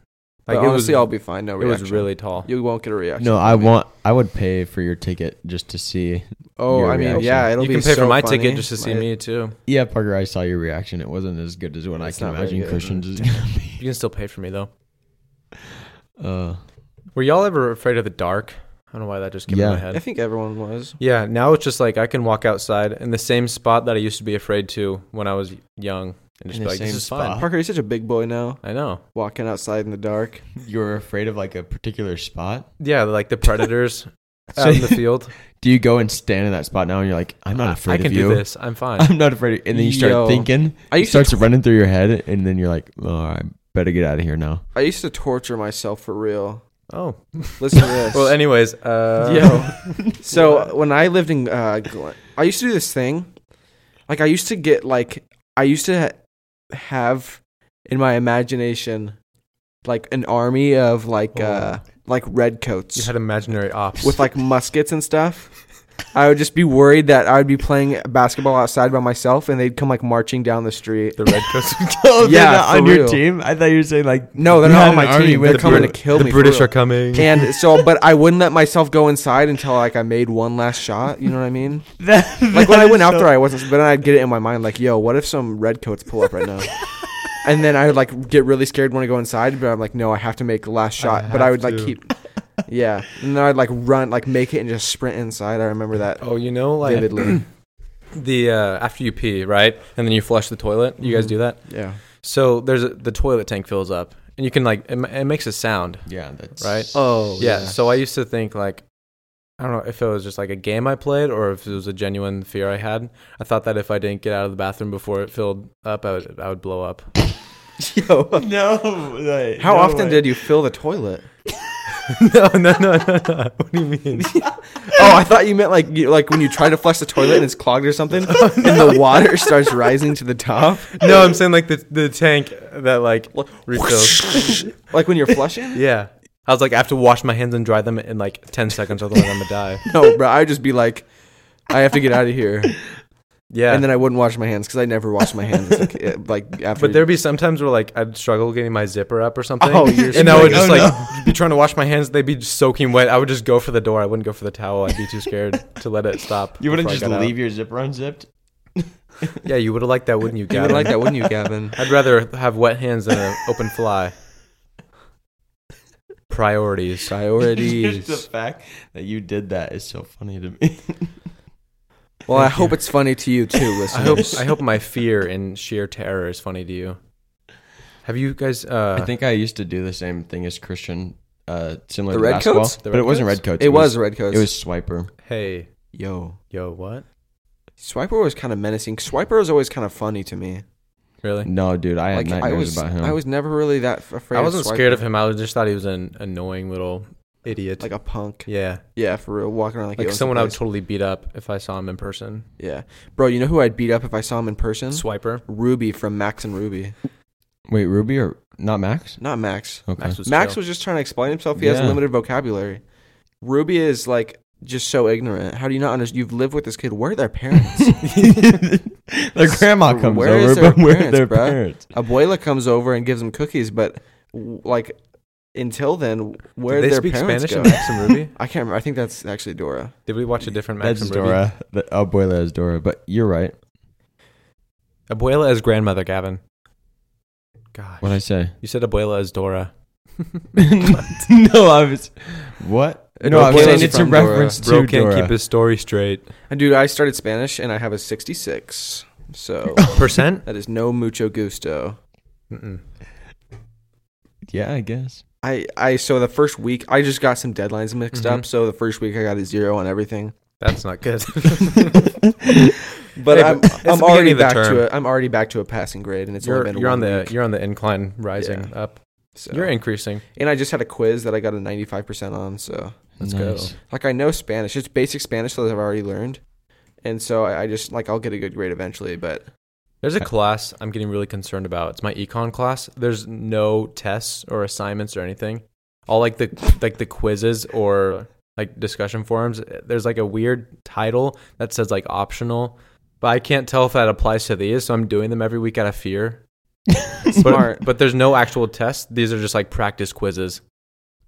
Speaker 2: but
Speaker 1: it
Speaker 2: honestly,
Speaker 1: was,
Speaker 2: I'll be fine. No
Speaker 1: it
Speaker 2: reaction.
Speaker 1: was really tall.
Speaker 2: You won't get a reaction.
Speaker 3: No, I
Speaker 2: from me.
Speaker 3: want. I would pay for your ticket just to see.
Speaker 2: Oh,
Speaker 3: your
Speaker 2: I mean,
Speaker 3: reaction.
Speaker 2: yeah, it'll
Speaker 1: You
Speaker 2: be
Speaker 1: can pay
Speaker 2: so
Speaker 1: for my
Speaker 2: funny.
Speaker 1: ticket just to see
Speaker 2: My-
Speaker 1: me too.
Speaker 3: Yeah, Parker, I saw your reaction. It wasn't as good as what
Speaker 2: It's
Speaker 3: I
Speaker 2: not
Speaker 3: can
Speaker 2: very
Speaker 3: imagine
Speaker 2: good.
Speaker 3: Christian's is gonna
Speaker 1: You
Speaker 3: be. (laughs)
Speaker 1: can still pay for me though.
Speaker 3: Uh,
Speaker 1: Were y'all ever afraid of the dark? I don't know why that just came in
Speaker 3: Yeah.
Speaker 1: my
Speaker 2: I
Speaker 1: head.
Speaker 2: think everyone was.
Speaker 1: Yeah, now it's just like I can walk outside in the same spot that I used to be afraid to when I was young and just
Speaker 3: In
Speaker 1: be
Speaker 3: the
Speaker 1: like, this
Speaker 3: same
Speaker 1: is fun.
Speaker 3: spot.
Speaker 2: Parker, you're such a big boy now.
Speaker 1: I know.
Speaker 2: Walking outside in the dark.
Speaker 3: you were afraid of like a particular spot.
Speaker 1: Yeah, like the
Speaker 3: (laughs)
Speaker 1: predators out in the field.
Speaker 3: Do you go and stand in that spot now and you're like, I'm
Speaker 1: I-
Speaker 3: (laughs)
Speaker 2: Uh,
Speaker 3: not afraid
Speaker 1: I can
Speaker 3: of you.
Speaker 1: do this. I'm fine.
Speaker 3: (laughs) I'm not afraid. of-" And then you start
Speaker 2: Yo.
Speaker 3: thinking.
Speaker 2: I
Speaker 3: It
Speaker 2: used to
Speaker 3: starts running through your head, and then you're like, oh, I better get out of here now.
Speaker 2: I used to torture myself for real.
Speaker 1: oh.
Speaker 2: Listen to (laughs) this.
Speaker 1: Well, anyways,
Speaker 3: (laughs)
Speaker 1: uh,
Speaker 2: Yo. so when I lived in, uh, Glen, I used to do this thing. Like I used to get like I used to ha- have in my imagination like an army of like
Speaker 1: Oh.
Speaker 2: uh like redcoats
Speaker 1: you had imaginary ops.
Speaker 2: with like muskets and stuff. I would just be worried that I would be playing basketball outside by myself and they'd come like marching down the street.
Speaker 1: the red coats. (laughs)
Speaker 3: oh, they're
Speaker 2: Yeah,
Speaker 3: not
Speaker 2: for
Speaker 3: on your
Speaker 2: real.
Speaker 3: team. I thought you were saying like,
Speaker 2: No, they're
Speaker 3: You
Speaker 2: not
Speaker 3: had
Speaker 2: on
Speaker 3: an
Speaker 2: my
Speaker 3: army
Speaker 2: team. They're
Speaker 3: with
Speaker 2: coming
Speaker 1: the
Speaker 2: to kill
Speaker 1: the
Speaker 2: me. for
Speaker 1: British
Speaker 2: real.
Speaker 1: are coming.
Speaker 2: And so, but I wouldn't let myself go inside until like I made one last shot. You know what I mean?
Speaker 3: (laughs) that,
Speaker 2: Like when I went out there, I wasn't. But then I'd get it in my mind, like, "Yo, what if some redcoats pull
Speaker 3: (laughs)
Speaker 2: up right now?" and then I would like get really scared when I go inside, but I'm like, "No, I have to make the last shot." but I
Speaker 1: have
Speaker 2: would like
Speaker 1: to.
Speaker 2: keep, yeah. And then I'd like run, like make it, and just sprint inside. I remember that
Speaker 1: Oh, you know, like
Speaker 2: vividly.
Speaker 1: the uh, after you pee, right, and then you flush the toilet. You guys
Speaker 2: Mhm.
Speaker 1: do that.
Speaker 2: yeah.
Speaker 1: So there's a, the toilet tank fills up, and you can like it, ma- it makes a sound.
Speaker 3: Yeah, that's
Speaker 1: Right?
Speaker 2: Oh
Speaker 1: yeah. So I used to think like I don't know if it was just like a game I played or if it was a genuine fear I had. I thought that if I didn't get out of the bathroom before it filled up, I would I would blow up.
Speaker 2: Yo,
Speaker 3: (laughs) No.
Speaker 2: how often
Speaker 3: (laughs)
Speaker 2: did you fill the toilet?
Speaker 1: (laughs) no, no, no, no, no. What do you mean?
Speaker 2: Oh, I thought you meant like you, like when you try to flush the toilet and it's clogged or something, and the water starts rising to the top.
Speaker 1: (laughs) no, I'm saying like the the tank that like refills.
Speaker 2: like when you're flushing.
Speaker 1: yeah. I was like, I have to wash my hands and dry them in like ten seconds, otherwise I'm gonna
Speaker 3: (laughs)
Speaker 1: die.
Speaker 2: No, bro, I'd just be like, I have to get out of here.
Speaker 1: (laughs) Yeah.
Speaker 2: and then I wouldn't wash my hands because I never wash my
Speaker 1: (laughs)
Speaker 2: hands like, eh, like after.
Speaker 1: But there'd be sometimes where like I'd struggle getting my zipper up or something.
Speaker 3: (laughs)
Speaker 2: Oh, you're
Speaker 1: and I would
Speaker 3: like,
Speaker 1: just
Speaker 3: oh,
Speaker 1: like
Speaker 3: (laughs)
Speaker 1: be trying to wash my hands. They'd be soaking wet. I would just go for the door. I wouldn't go for the towel. I'd be too scared to let it stop.
Speaker 3: You wouldn't
Speaker 1: before I
Speaker 3: just
Speaker 1: got out.
Speaker 3: leave your zipper unzipped?
Speaker 1: Yeah, you would have liked that, wouldn't
Speaker 3: (laughs)
Speaker 1: you,
Speaker 2: you
Speaker 1: Gavin?
Speaker 2: would like that, wouldn't you, (laughs) Gavin?
Speaker 1: I'd rather have wet hands than an open
Speaker 3: (laughs)
Speaker 1: fly. Priorities.
Speaker 3: (laughs) Just the
Speaker 2: Priorities.
Speaker 3: fact that you did that is so funny to me.
Speaker 2: (laughs) Well, I
Speaker 1: Thank
Speaker 2: hope it's funny to you too,
Speaker 1: (laughs) I hope
Speaker 2: listeners.
Speaker 1: I hope my fear and sheer terror is funny to you. Have you guys? Uh,
Speaker 3: I think I used to do the same thing as Christian, uh, similar
Speaker 2: The
Speaker 3: to
Speaker 2: red
Speaker 3: basketball,
Speaker 2: coats?
Speaker 1: The
Speaker 3: but
Speaker 1: red
Speaker 3: it wasn't
Speaker 1: coats?
Speaker 3: red coats.
Speaker 2: it was Redcoats.
Speaker 3: It was swiper.
Speaker 1: hey,
Speaker 2: yo.
Speaker 1: yo, what?
Speaker 2: Swiper was kind of menacing. Swiper was always kind of funny to me.
Speaker 1: Really?
Speaker 3: No, dude, I had
Speaker 2: Like I
Speaker 3: nightmares
Speaker 2: was,
Speaker 3: about him.
Speaker 2: I was never really that f- afraid.
Speaker 1: I wasn't
Speaker 2: of Swiper.
Speaker 1: scared of him. I was- just thought he was an annoying little idiot.
Speaker 2: Like a punk.
Speaker 1: yeah.
Speaker 2: Yeah, for real. Walking around like, he
Speaker 1: like
Speaker 2: owns the
Speaker 1: someone I would
Speaker 2: place.
Speaker 1: totally beat up if I saw him in person.
Speaker 2: yeah, bro. You know who I'd beat up if I saw him in person?
Speaker 1: Swiper.
Speaker 2: Ruby from Max and Ruby.
Speaker 3: Wait, Ruby or not Max?
Speaker 2: Not Max.
Speaker 3: Okay. (laughs)
Speaker 1: Max was
Speaker 2: Max
Speaker 1: chill.
Speaker 2: was just trying to explain himself. He has
Speaker 3: Yeah.
Speaker 2: limited vocabulary. Ruby is like just so ignorant. How do you not understand? You've lived with this kid. Where are their parents?
Speaker 1: (laughs)
Speaker 3: (laughs) their grandma comes
Speaker 2: Where is
Speaker 3: over,
Speaker 2: their
Speaker 3: but (laughs) where are
Speaker 2: parents,
Speaker 3: their
Speaker 2: bruh?
Speaker 3: parents?
Speaker 2: Abuela comes over and gives them cookies, but w- like until then,
Speaker 1: Did
Speaker 2: where did
Speaker 1: they
Speaker 2: their
Speaker 1: speak
Speaker 2: parents
Speaker 1: Spanish
Speaker 2: go?
Speaker 1: in Max and
Speaker 2: (laughs)
Speaker 1: Ruby?
Speaker 2: I can't remember. I think that's actually Dora.
Speaker 1: Did we watch a different Max
Speaker 3: That's
Speaker 1: and Ruby?
Speaker 3: Dora. The abuela is Dora, but you're right.
Speaker 1: Abuela as grandmother, Gavin. Gosh.
Speaker 3: What I say?
Speaker 1: you said Abuela as
Speaker 2: (laughs)
Speaker 1: Dora. (laughs)
Speaker 3: no, I was what?
Speaker 2: Uh,
Speaker 3: No, I was
Speaker 2: Abuela's
Speaker 3: saying it's a
Speaker 2: from Dora.
Speaker 3: reference
Speaker 1: Bro
Speaker 3: to
Speaker 1: can't
Speaker 3: Dora.
Speaker 1: keep his story straight.
Speaker 2: And dude, I started Spanish and I have a 66. So
Speaker 1: Percent?
Speaker 2: that is no mucho gusto.
Speaker 1: Mm-mm.
Speaker 3: yeah,
Speaker 1: (laughs)
Speaker 3: I guess.
Speaker 2: I, I so the first week I just got some deadlines mixed up.
Speaker 1: Mhm.
Speaker 2: So the first week I got a zero on everything.
Speaker 1: That's not
Speaker 2: (laughs)
Speaker 1: good.
Speaker 2: But
Speaker 1: Hey,
Speaker 2: I'm,
Speaker 1: but it's the
Speaker 2: I'm
Speaker 1: beginning
Speaker 2: already
Speaker 1: of the
Speaker 2: back
Speaker 1: term.
Speaker 2: to a, I'm already back to a passing grade, and it's
Speaker 1: you're
Speaker 2: only been
Speaker 1: you're on
Speaker 2: one
Speaker 1: the
Speaker 2: week,
Speaker 1: you're on the incline rising up.
Speaker 2: so.
Speaker 1: You're increasing.
Speaker 2: and I just had a quiz that I got a 95 percent on. So
Speaker 1: Let's go.
Speaker 2: like I know Spanish, it's basic Spanish that I've already learned, and so I, I just like I'll get a good grade eventually. But
Speaker 1: There's a class I'm getting really concerned about. It's my econ class. There's no tests or assignments or anything. All like the like the quizzes or like discussion forums. There's like a weird title that says like optional, but I can't tell if that applies to these. So I'm doing them every week out of fear
Speaker 3: (laughs)
Speaker 2: Smart.
Speaker 1: But there's no actual test. These are just like practice quizzes.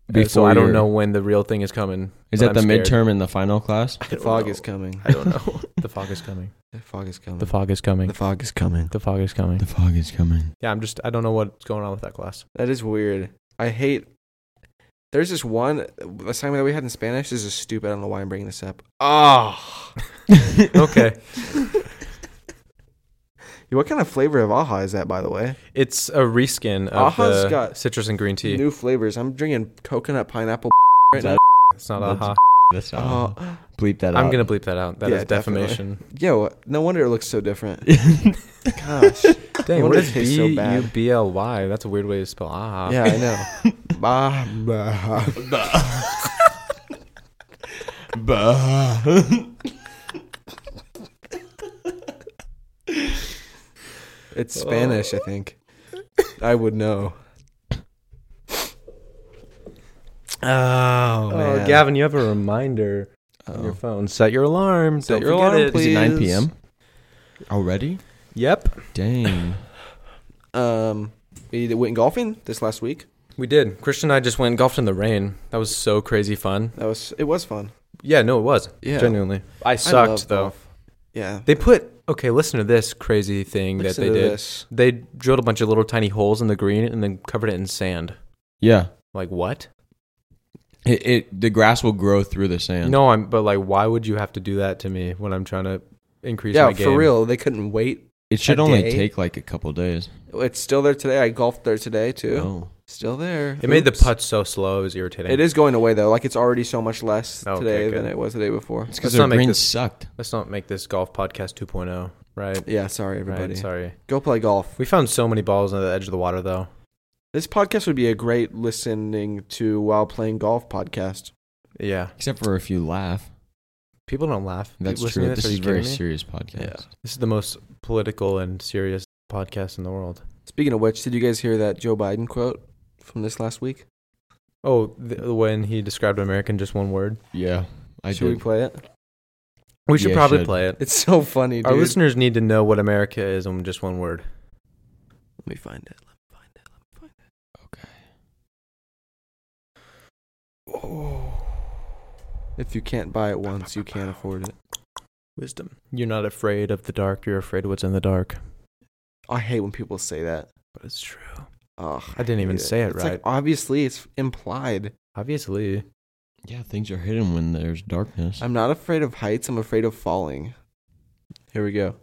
Speaker 1: Uh, so
Speaker 3: Before
Speaker 1: I don't
Speaker 3: your-
Speaker 1: know when the real thing is coming.
Speaker 3: Is
Speaker 1: but
Speaker 3: that the
Speaker 1: I'm scared.
Speaker 3: midterm and the final class?
Speaker 1: I
Speaker 2: the
Speaker 1: don't
Speaker 2: fog
Speaker 1: know.
Speaker 2: is coming.
Speaker 1: I don't know. (laughs) the fog is coming.
Speaker 2: The fog is coming.
Speaker 1: The fog is coming.
Speaker 2: The fog is coming.
Speaker 1: The fog is coming.
Speaker 3: (laughs) (laughs) The fog is coming.
Speaker 1: Yeah, I'm just I don't know what's going on with that class.
Speaker 2: That is weird. I hate. There's this one assignment that we had in Spanish. This is stupid. I don't know why I'm bringing this up. Ah.
Speaker 1: (laughs) Okay.
Speaker 2: what kind of flavor of aha is that, by the way?
Speaker 1: It's a reskin of
Speaker 2: Aha's
Speaker 1: the
Speaker 2: got
Speaker 1: citrus and green tea.
Speaker 2: New flavors. I'm drinking coconut pineapple (laughs) right
Speaker 3: (laughs) Is
Speaker 2: now.
Speaker 3: that- (laughs)
Speaker 1: it's not
Speaker 3: That's-
Speaker 1: aha.
Speaker 3: That's
Speaker 2: Oh.
Speaker 3: not. Bleep that
Speaker 1: Uh,
Speaker 3: out.
Speaker 1: I'm gonna
Speaker 3: (laughs)
Speaker 1: bleep that out. That is
Speaker 2: Yeah, definitely. (laughs)
Speaker 1: defamation.
Speaker 2: Yo, no wonder it looks so different.
Speaker 3: gonna. (laughs)
Speaker 2: Gosh.
Speaker 1: Dang,
Speaker 2: wonder
Speaker 1: what
Speaker 2: it
Speaker 1: is
Speaker 2: tastes so
Speaker 1: B
Speaker 2: bad.
Speaker 1: U B L Y? That's a weird way to spell aha.
Speaker 2: yeah, I
Speaker 1: (laughs)
Speaker 2: know. Bah, bah. It's Spanish, I think. I would know.
Speaker 1: Oh,
Speaker 2: man.
Speaker 1: Gavin, you have a reminder on your
Speaker 3: Oh.
Speaker 1: phone. Set your alarm.
Speaker 2: Set
Speaker 1: Don't
Speaker 2: your
Speaker 1: forget
Speaker 2: alarm,
Speaker 1: it.
Speaker 3: Is it 9
Speaker 2: Please.
Speaker 3: p.m. already?
Speaker 1: Yep,
Speaker 3: Dang.
Speaker 2: Um, we went golfing this last week.
Speaker 1: we did. Christian and I just went and golfed in the rain. That was so crazy fun.
Speaker 2: That was it. Was fun.
Speaker 1: Yeah, no, it was
Speaker 2: Yeah,
Speaker 1: genuinely. I
Speaker 2: I
Speaker 1: sucked
Speaker 2: love
Speaker 1: though.
Speaker 2: golf. Yeah,
Speaker 1: They put okay. Listen to this crazy thing
Speaker 2: Listen
Speaker 1: that they
Speaker 2: to
Speaker 1: did.
Speaker 2: this.
Speaker 1: They drilled a bunch of little tiny holes in the green and then covered it in sand.
Speaker 3: yeah.
Speaker 1: Like what?
Speaker 3: It, it the grass will grow through the sand.
Speaker 1: No, I'm. But like, why would you have to do that to me when I'm trying to increase?
Speaker 2: Yeah,
Speaker 1: my game?
Speaker 2: for real. They couldn't wait.
Speaker 3: it should
Speaker 2: a
Speaker 3: only
Speaker 2: day.
Speaker 3: take like a couple days.
Speaker 2: It's still there today. I golfed there today too.
Speaker 3: Oh.
Speaker 2: Still there.
Speaker 1: It made the
Speaker 2: Oops.
Speaker 1: putt so slow. It was irritating.
Speaker 2: It is going away though. Like it's already so much less
Speaker 1: Oh, Okay,
Speaker 2: today
Speaker 1: good.
Speaker 2: than it was the day before.
Speaker 3: It's
Speaker 1: Let's
Speaker 3: because
Speaker 1: not
Speaker 3: the
Speaker 1: make
Speaker 3: green
Speaker 1: this-
Speaker 3: sucked.
Speaker 1: Let's not make this golf podcast 2.0. Right.
Speaker 2: Yeah, sorry everybody.
Speaker 1: Right. Sorry.
Speaker 2: Go play golf.
Speaker 1: We found so many balls on the edge of the water, though.
Speaker 2: This podcast would be a great listening to while playing golf podcast.
Speaker 1: Yeah.
Speaker 3: Except for if you laugh.
Speaker 1: People don't laugh.
Speaker 3: That's
Speaker 1: Listening to
Speaker 3: true. This,
Speaker 1: are
Speaker 3: is
Speaker 1: you
Speaker 3: a very
Speaker 1: kidding me?
Speaker 3: serious podcast.
Speaker 1: This is the most political and serious podcast in the world.
Speaker 2: Speaking of which, did you guys hear that Joe Biden quote from this last week?
Speaker 1: Oh, th- when he described America in just one word.
Speaker 3: Yeah. I
Speaker 2: should we
Speaker 3: do.
Speaker 2: play it?
Speaker 1: We should
Speaker 3: Yeah,
Speaker 1: probably
Speaker 3: should.
Speaker 1: play it.
Speaker 2: It's so funny, dude.
Speaker 1: Our listeners need to know what America is in just one word.
Speaker 2: Let me find it.
Speaker 1: Oh.
Speaker 2: If you can't buy it once, you can't afford it.
Speaker 1: Wisdom. You're not afraid of the dark. You're afraid of what's in the dark.
Speaker 2: I hate when people say that.
Speaker 1: But it's true.
Speaker 2: Ugh,
Speaker 1: I didn't even
Speaker 2: hate
Speaker 1: say it
Speaker 2: It's
Speaker 1: right.
Speaker 2: Like, obviously, it's implied.
Speaker 1: (laughs) Obviously.
Speaker 3: Yeah, things are hidden when there's darkness.
Speaker 2: I'm not afraid of heights. I'm afraid of falling. Here we (laughs) go.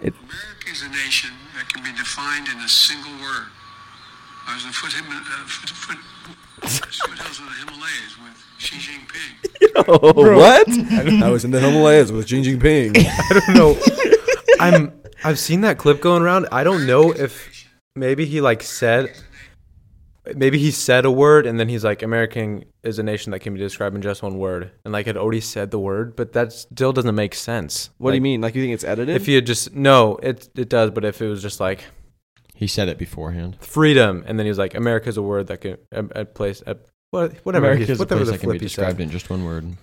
Speaker 4: America is a nation that can be defined in a single word. I was in the foot, Him- uh, foot, foot, foothills of the Himalayas with Xi Jinping.
Speaker 1: Oh,
Speaker 2: What? (laughs) I was in the Himalayas with Xi Jinping.
Speaker 1: I don't know. (laughs) I'm. I've seen that clip going around. I don't know if maybe he like said, maybe he said a word and then he's like, "American is a nation that can be described in just one word," and like had already said the word, but that still doesn't make sense.
Speaker 2: (laughs) What do you
Speaker 1: Like,
Speaker 2: mean? Like you think it's edited?
Speaker 1: If he had just no, it it does. But if it was just like
Speaker 3: He said it beforehand.
Speaker 1: freedom, and then he was like, "America is a word that can a, a place a, what whatever
Speaker 3: America
Speaker 1: he,
Speaker 3: is a
Speaker 1: whatever
Speaker 3: place
Speaker 1: the
Speaker 3: that can be
Speaker 1: flip he
Speaker 3: described
Speaker 1: said."
Speaker 3: in just one word.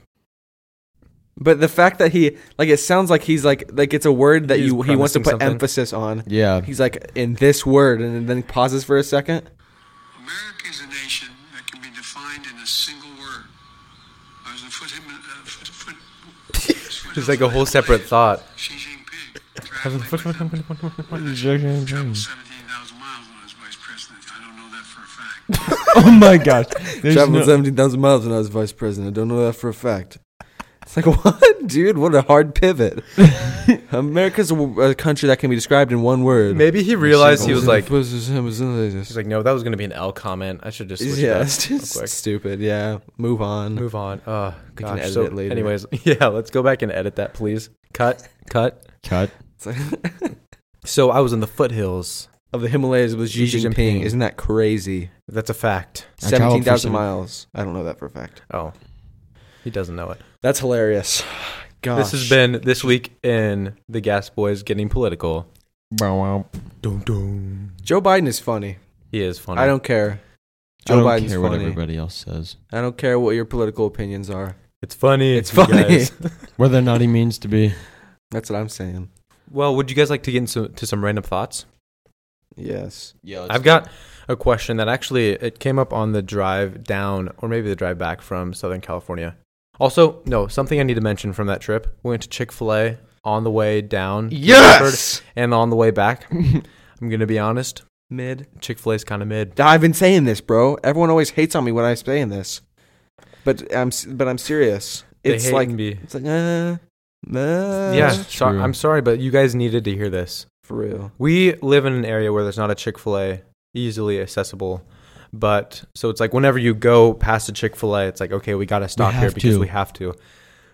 Speaker 2: but the fact that he like it sounds like he's like like it's a word that
Speaker 1: He's
Speaker 2: you he wants to
Speaker 1: premising
Speaker 2: put
Speaker 1: something.
Speaker 2: emphasis on.
Speaker 3: Yeah.
Speaker 2: He's like in this word, and then pauses for a second.
Speaker 4: America is a nation that can be defined in a single word. I was in the foot, Him- uh, foot, foot, foothills
Speaker 1: It's
Speaker 4: of
Speaker 1: like
Speaker 4: the
Speaker 1: a whole separate thought.
Speaker 4: Himalayas with Xi Jinping. Traveled
Speaker 3: oh
Speaker 4: 17,000 miles when I was vice president. I don't know that for a fact.
Speaker 3: my gosh. There's
Speaker 2: Traveled
Speaker 3: no-
Speaker 2: seventeen thousand miles when I was vice president. Don't know that for a fact. It's like (laughs) what, dude? What a
Speaker 1: (laughs)
Speaker 2: hard pivot. America's a, w- a country that can be described (laughs) in one word.
Speaker 1: Maybe he realized he was like, he's
Speaker 2: He's
Speaker 1: like, "No, that was gonna be an L comment. I should just switch
Speaker 2: yeah,
Speaker 1: that
Speaker 2: it's (laughs) just
Speaker 1: real quick."
Speaker 2: stupid. Yeah, move
Speaker 1: (laughs)
Speaker 2: on.
Speaker 1: Move on. Uh,
Speaker 2: can
Speaker 1: gosh.
Speaker 2: edit
Speaker 1: so
Speaker 2: it later.
Speaker 1: Anyways, (laughs) yeah, let's go back and edit that, please. Cut, cut.
Speaker 3: Cut.
Speaker 2: It's like- (laughs)
Speaker 1: So I was in the foothills.
Speaker 2: of the Himalayas was Xi
Speaker 1: Xi
Speaker 2: Jinping.
Speaker 1: Jinping.
Speaker 2: Isn't that crazy?
Speaker 1: That's a fact.
Speaker 3: I traveled
Speaker 2: Seventeen
Speaker 3: for
Speaker 2: thousand
Speaker 3: some-
Speaker 2: miles. I don't know that for a fact.
Speaker 1: Oh, he doesn't know it.
Speaker 2: That's hilarious. Gosh.
Speaker 1: This has been this week in the Gas Boys getting political.
Speaker 3: Bow, wow.
Speaker 1: Dum dum.
Speaker 2: Joe Biden is funny.
Speaker 1: He is funny.
Speaker 2: I don't care.
Speaker 3: I
Speaker 2: Joe
Speaker 3: don't
Speaker 2: Biden's
Speaker 3: care what
Speaker 2: funny.
Speaker 3: everybody else says.
Speaker 2: I don't care what your political opinions are.
Speaker 1: It's funny. (laughs)
Speaker 2: It's
Speaker 1: you
Speaker 2: funny.
Speaker 1: guys.
Speaker 3: Whether or not he means to be.
Speaker 2: That's what I'm saying.
Speaker 1: well, would you guys like to get into to some random thoughts?
Speaker 2: Yes.
Speaker 3: Yeah,
Speaker 1: I've got a question that actually it came up on the drive down or maybe the drive back from Southern California. Also, no, something I need to mention from that trip. We went to Chick-fil-A on the way down to Woodford
Speaker 2: Yes.
Speaker 1: and on the way back. I'm going to be honest,
Speaker 2: Mid.
Speaker 1: Chick-fil-A's kind of mid.
Speaker 2: I've been saying this, bro. Everyone always hates on me when I'm saying this, but I'm s- but I'm serious.
Speaker 1: They
Speaker 2: It's
Speaker 1: hate
Speaker 2: like
Speaker 1: and be.
Speaker 2: it's like uh, uh,
Speaker 1: Yeah,
Speaker 3: That's
Speaker 1: so-
Speaker 3: true.
Speaker 1: I'm sorry but you guys needed to hear this.
Speaker 2: for real.
Speaker 1: We live in an area where there's not a Chick fil A easily accessible. But so it's like whenever you go past a Chick fil A, it's like, okay, we got to stop here
Speaker 3: have
Speaker 1: because
Speaker 3: to.
Speaker 1: we have to.